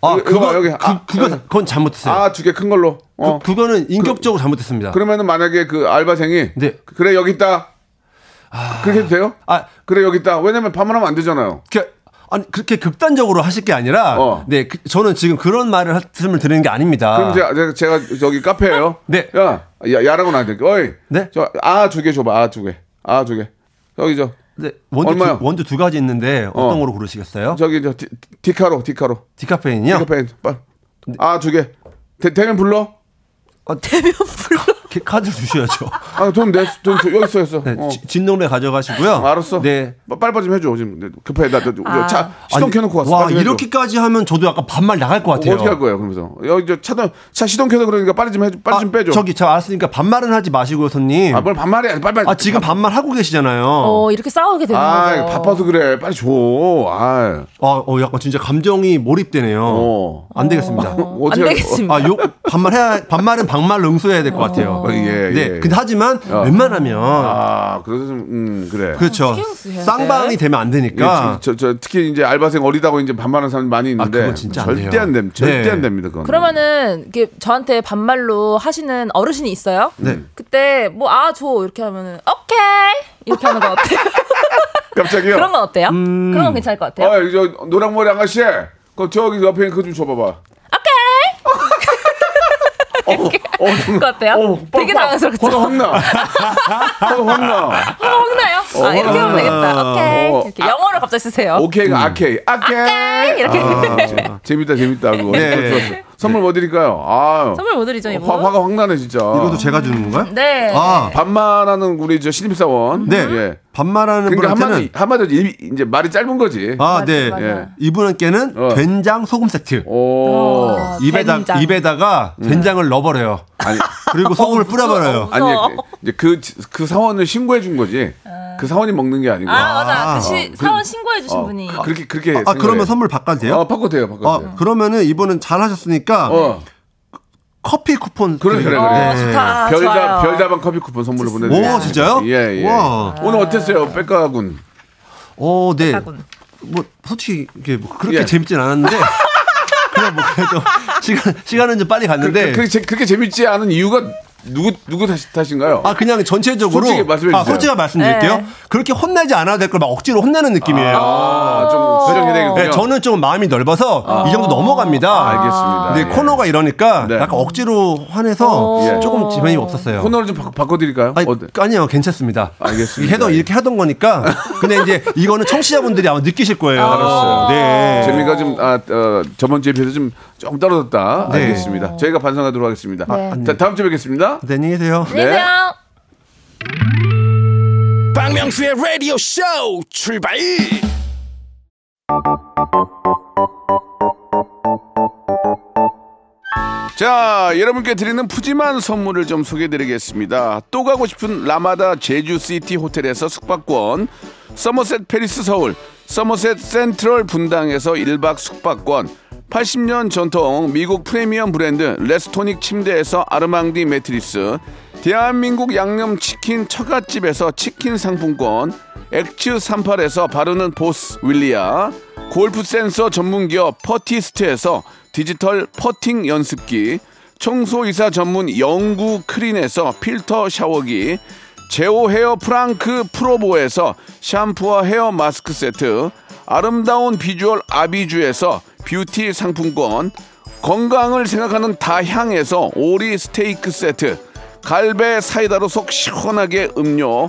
F: 아,
A: 이거- 이거
F: 그거
A: 봐, 여기.
F: 그,
A: 아,
F: 그거 그건 잘못했어요.
A: 아 두 개 큰 걸로. 어.
F: 그, 그거는 인격적으로 잘못했습니다.
A: 그러면은 만약에 그 알바생이
F: 네.
A: 그래 여기 있다 그렇게 해도 돼요?
F: 아,
A: 그래 여기 있다 왜냐면 반말하면 안 되잖아요
F: 그, 아니 그렇게 극단적으로 하실 게 아니라
A: 어.
F: 네, 그- 저는 지금 그런 말을 말씀을 드리는 게 아닙니다.
A: 그럼 제가, 제가, 제가 저기 카페예요
F: 네.
A: 야, 야 야라고는 안 될게 어이
F: 네?
A: 저아 두 개 줘봐 아 두 개 아 두 개 저기 저
F: 네, 원두
A: 얼마요?
F: 두, 원두 두 가지 있는데 어떤 거로 고르시겠어요?
A: 저기 저 디, 디카로 디카로
F: 디카페인이요?
A: 디카페인
F: 네.
A: 아두개 대면 불러 어.
F: 게- 카드를 주셔야죠.
A: 아돈내돈 여기 있어 있어
F: 네,
A: 어.
F: 지- 진동래 가져가시고요.
A: 알았어
F: 네.
A: 빨리 좀 해줘 지금 네, 급해
G: 아.
A: 나차 시동
F: 아니,
A: 켜놓고 왔어
F: 와
A: 빨리 좀 해줘.
F: 이렇게까지 하면 저도 약간 반말 나갈 것 같아요.
A: 어떻게 할 거예요? 그러면서 여기 저 차도 차 시동 켜서 그러니까 빨리 좀 해줘, 빨리
F: 아,
A: 좀 빼줘.
F: 저기 저 알았으니까 반말은 하지 마시고요, 손님.
A: 아,
F: 아,
A: 뭘 반말이야? 빨리 빨리.
F: 지금 반말 하고 계시잖아요.
G: 어 이렇게 싸우게 되는
A: 아,
G: 거죠.
A: 바빠서 그래. 빨리 줘. 아,
F: 아, 어, 약간 진짜 감정이 몰입되네요.
A: 어.
F: 안 되겠습니다.
G: 안
A: 어떻게 할-
G: 되겠습니다.
F: 아, 욕 반말해야 반말은 반말 응수해야 될 것 같아요.
A: 어, 예,
F: 네.
A: 예.
F: 근데 하지만 웬만하면
A: 아, 그래서 좀 음, 그래.
F: 그렇죠.
G: 어떻게 응수해야 돼?
F: 쌍방이 되면 안
A: 예,
F: 되니까. 아,
A: 저, 저, 특히 이제 알바생 어리다고 이제 반말하는 사람이 많이 있는데
F: 그러니까. 그건 진짜 안
A: 절대
F: 돼요.
A: 안 됩니다. 절대
F: 네.
A: 안 됩니다. 그건.
G: 그러면은 이게 저한테 반말로 하시는 어르신이 있어요.
F: 네.
A: 음.
G: 그때 뭐 아 줘 이렇게 하면은 오케이 이렇게 하는 거 어때요?
A: 갑자기요.
G: 그런 건 어때요? 그런 건 괜찮을 것 같아요.
A: 음. 어, 저 노랑머리 아가씨. 그 저기 옆에 있는 그좀 줘봐봐. 오케이. 어, 어,
G: 그거 어때요? 아, 되게 당황스럽죠.
A: 화가 확 나. 화가 확 나.
G: 어, 먹나요? 아 이렇게 하면 되겠다. 오케이
A: 어.
G: 이렇게 영어로 갑자기 쓰세요.
F: 음.
A: 오케이가 아케이. 아케이.
G: 이렇게
A: 아, 재밌다 재밌다 그거.
F: 네.
A: 좋았어, 좋았어. 선물 뭐 드릴까요? 아.
G: 선물 못 드리죠 이분.
A: 화, 가확 나네 진짜.
F: 이것도 제가 주는 건가요?
G: 네.
F: 아,
A: 반말하는 우리 저 신입사원.
F: 네.
A: 예.
F: 반말하는
A: 그러니까 한마디
F: 분한테는
A: 한마디 이- 이제 말이 짧은 거지.
F: 아,
G: 맞아,
F: 네.
G: 맞아.
A: 예.
F: 이분한테는
A: 어.
F: 된장 소금 세트.
A: 오.
G: 아,
F: 입에다
G: 된장.
F: 입에다가
A: 음.
F: 된장을 넣어버려요.
A: 아니
F: 그리고
G: 어,
F: 소금을 뿌려버려요.
A: 아니
G: 무서워.
A: 이제 그그 그 사원을 신고해 준 거지. 그 사원이 먹는 게 아니고.
G: 아, 맞아. 그 시,
A: 그-
G: 사원 신고해 주신
A: 어,
G: 분이.
A: 그렇게 그렇게.
F: 아,
A: 생각해.
F: 그러면 선물 바꿔도 돼요?
A: 어, 바꿔도 돼요. 바꿔도
F: 아,
A: 돼요.
F: 그러면은 이분은 잘
G: 음.
F: 하셨으니까
A: 어.
F: 커피 쿠폰.
A: 그래, 그래,
F: 드리겠습니다.
G: 어,
A: 그래.
G: 좋다.
A: 별다
G: 좋아요.
A: 별다방 커피 쿠폰 선물로 보내
F: 오,
A: 드릴게요.
F: 진짜요?
A: 예, 예.
F: 와.
A: 오늘 어땠어요? 백가군.
F: 어, 네.
G: 하군.
F: 뭐 솔직히 이게 뭐 그렇게
A: 예.
F: 재밌진 않았는데 그냥 뭐 그래도 시간 시간은 좀 빨리
A: 그,
F: 갔는데
A: 그, 그, 제- 그렇게 재밌지 않은 이유가 누구 누구 다시 탓인가요?
F: 아 그냥 전체적으로
A: 솔직히 말씀해
F: 아,
A: 주세요.
F: 솔직히 말씀드릴게요.
G: 네.
F: 그렇게 혼내지 않아도 될 걸 막 억지로 혼내는 느낌이에요.
A: 아, 좀 수정이 되겠군요.
F: 네, 저는 좀 마음이 넓어서 이 정도 넘어갑니다.
A: 아. 알겠습니다.
F: 근데
A: 예.
F: 코너가 이러니까
A: 네.
F: 약간 억지로 화내서
G: 어.
A: 예.
F: 조금 지면이 없었어요.
A: 코너를 좀 바, 꿔드릴까요
F: 아니, 아니요, 괜찮습니다.
A: 알겠습니다.
F: 해도 이렇게 하던 거니까. 근데 이제 이거는 청취자분들이 아마 느끼실 거예요. 알았어요. 네.
A: 재미가 좀 아, 어, 저번 주에 비해서 좀 조금 떨어졌다.
F: 네.
A: 알겠습니다. 저희가 반성하도록 하겠습니다.
G: 네.
A: 자, 다음 주에 뵙겠습니다.
F: 네, 안녕히 계세요.
G: 안녕히 계세요.
A: 네.
E: 박명수의 라디오 쇼 출발
A: 자, 여러분께 드리는 푸짐한 선물을 좀 소개해드리겠습니다. 또 가고 싶은 라마다 제주시티 호텔에서 숙박권, 서머셋 페리스 서울, 서머셋 센트럴 분당에서 1박 숙박권, 80년 전통 미국 프리미엄 브랜드 레스토닉 침대에서 아르망디 매트리스, 대한민국 양념치킨 처갓집에서 치킨 상품권, 엑츠38에서 바르는 보스 윌리아, 골프 센서 전문기업 퍼티스트에서 디지털 퍼팅 연습기, 청소이사 전문 영구 크린에서 필터 샤워기, 제오 헤어 프랑크 프로보에서 샴푸와 헤어 마스크 세트, 아름다운 비주얼 아비주에서 뷰티 상품권, 건강을 생각하는 다향에서 오리 스테이크 세트, 갈배 사이다로 속 시원하게 음료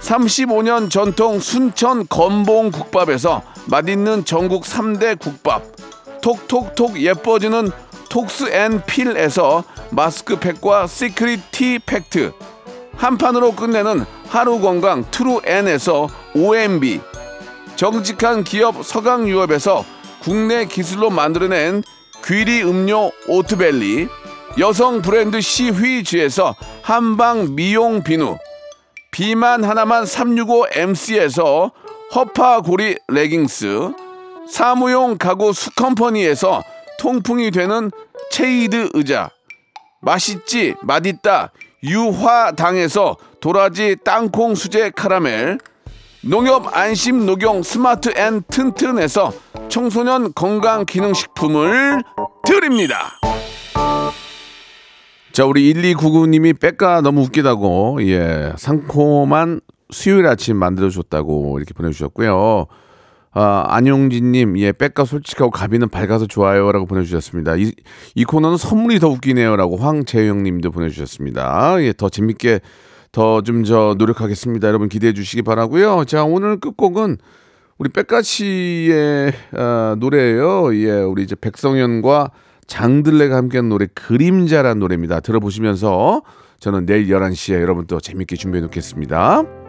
A: 35년 전통 순천 건봉 국밥에서 맛있는 전국 3대 국밥 톡톡톡 예뻐지는 톡스앤필에서 마스크팩과 시크릿 티 팩트 한 판으로 끝내는 하루 건강 트루앤에서 OMB 정직한 기업 서강유업에서 국내 기술로 만들어낸 귀리 음료 오트벨리 여성 브랜드 시휘즈에서 한방 미용 비누 비만 하나만 365MC에서 허파고리 레깅스 사무용 가구 수컴퍼니에서 통풍이 되는 체이드 의자 맛있지 맛있다 유화당에서 도라지 땅콩 수제 카라멜 농협 안심 녹용 스마트 앤 튼튼에서 청소년 건강 기능식품을 드립니다. 자, 우리 1299님이 백가 너무 웃기다고, 예, 상콤한 수요일 아침 만들어줬다고 이렇게 보내주셨고요. 아, 안용진님, 예, 백가 솔직하고 가비는 밝아서 좋아요. 라고 보내주셨습니다. 이, 이 코너는 선물이 더 웃기네요. 라고 황재영 님도 보내주셨습니다. 예, 더 재밌게 더 좀 저 노력하겠습니다. 여러분 기대해 주시기 바라고요 자, 오늘 끝곡은 우리 백가 씨의 아, 노래예요. 예, 우리 이제 백성현과 장들레가 함께한 노래 그림자란 노래입니다. 들어보시면서 저는 내일 11시에 여러분 또 재밌게 준비해 놓겠습니다.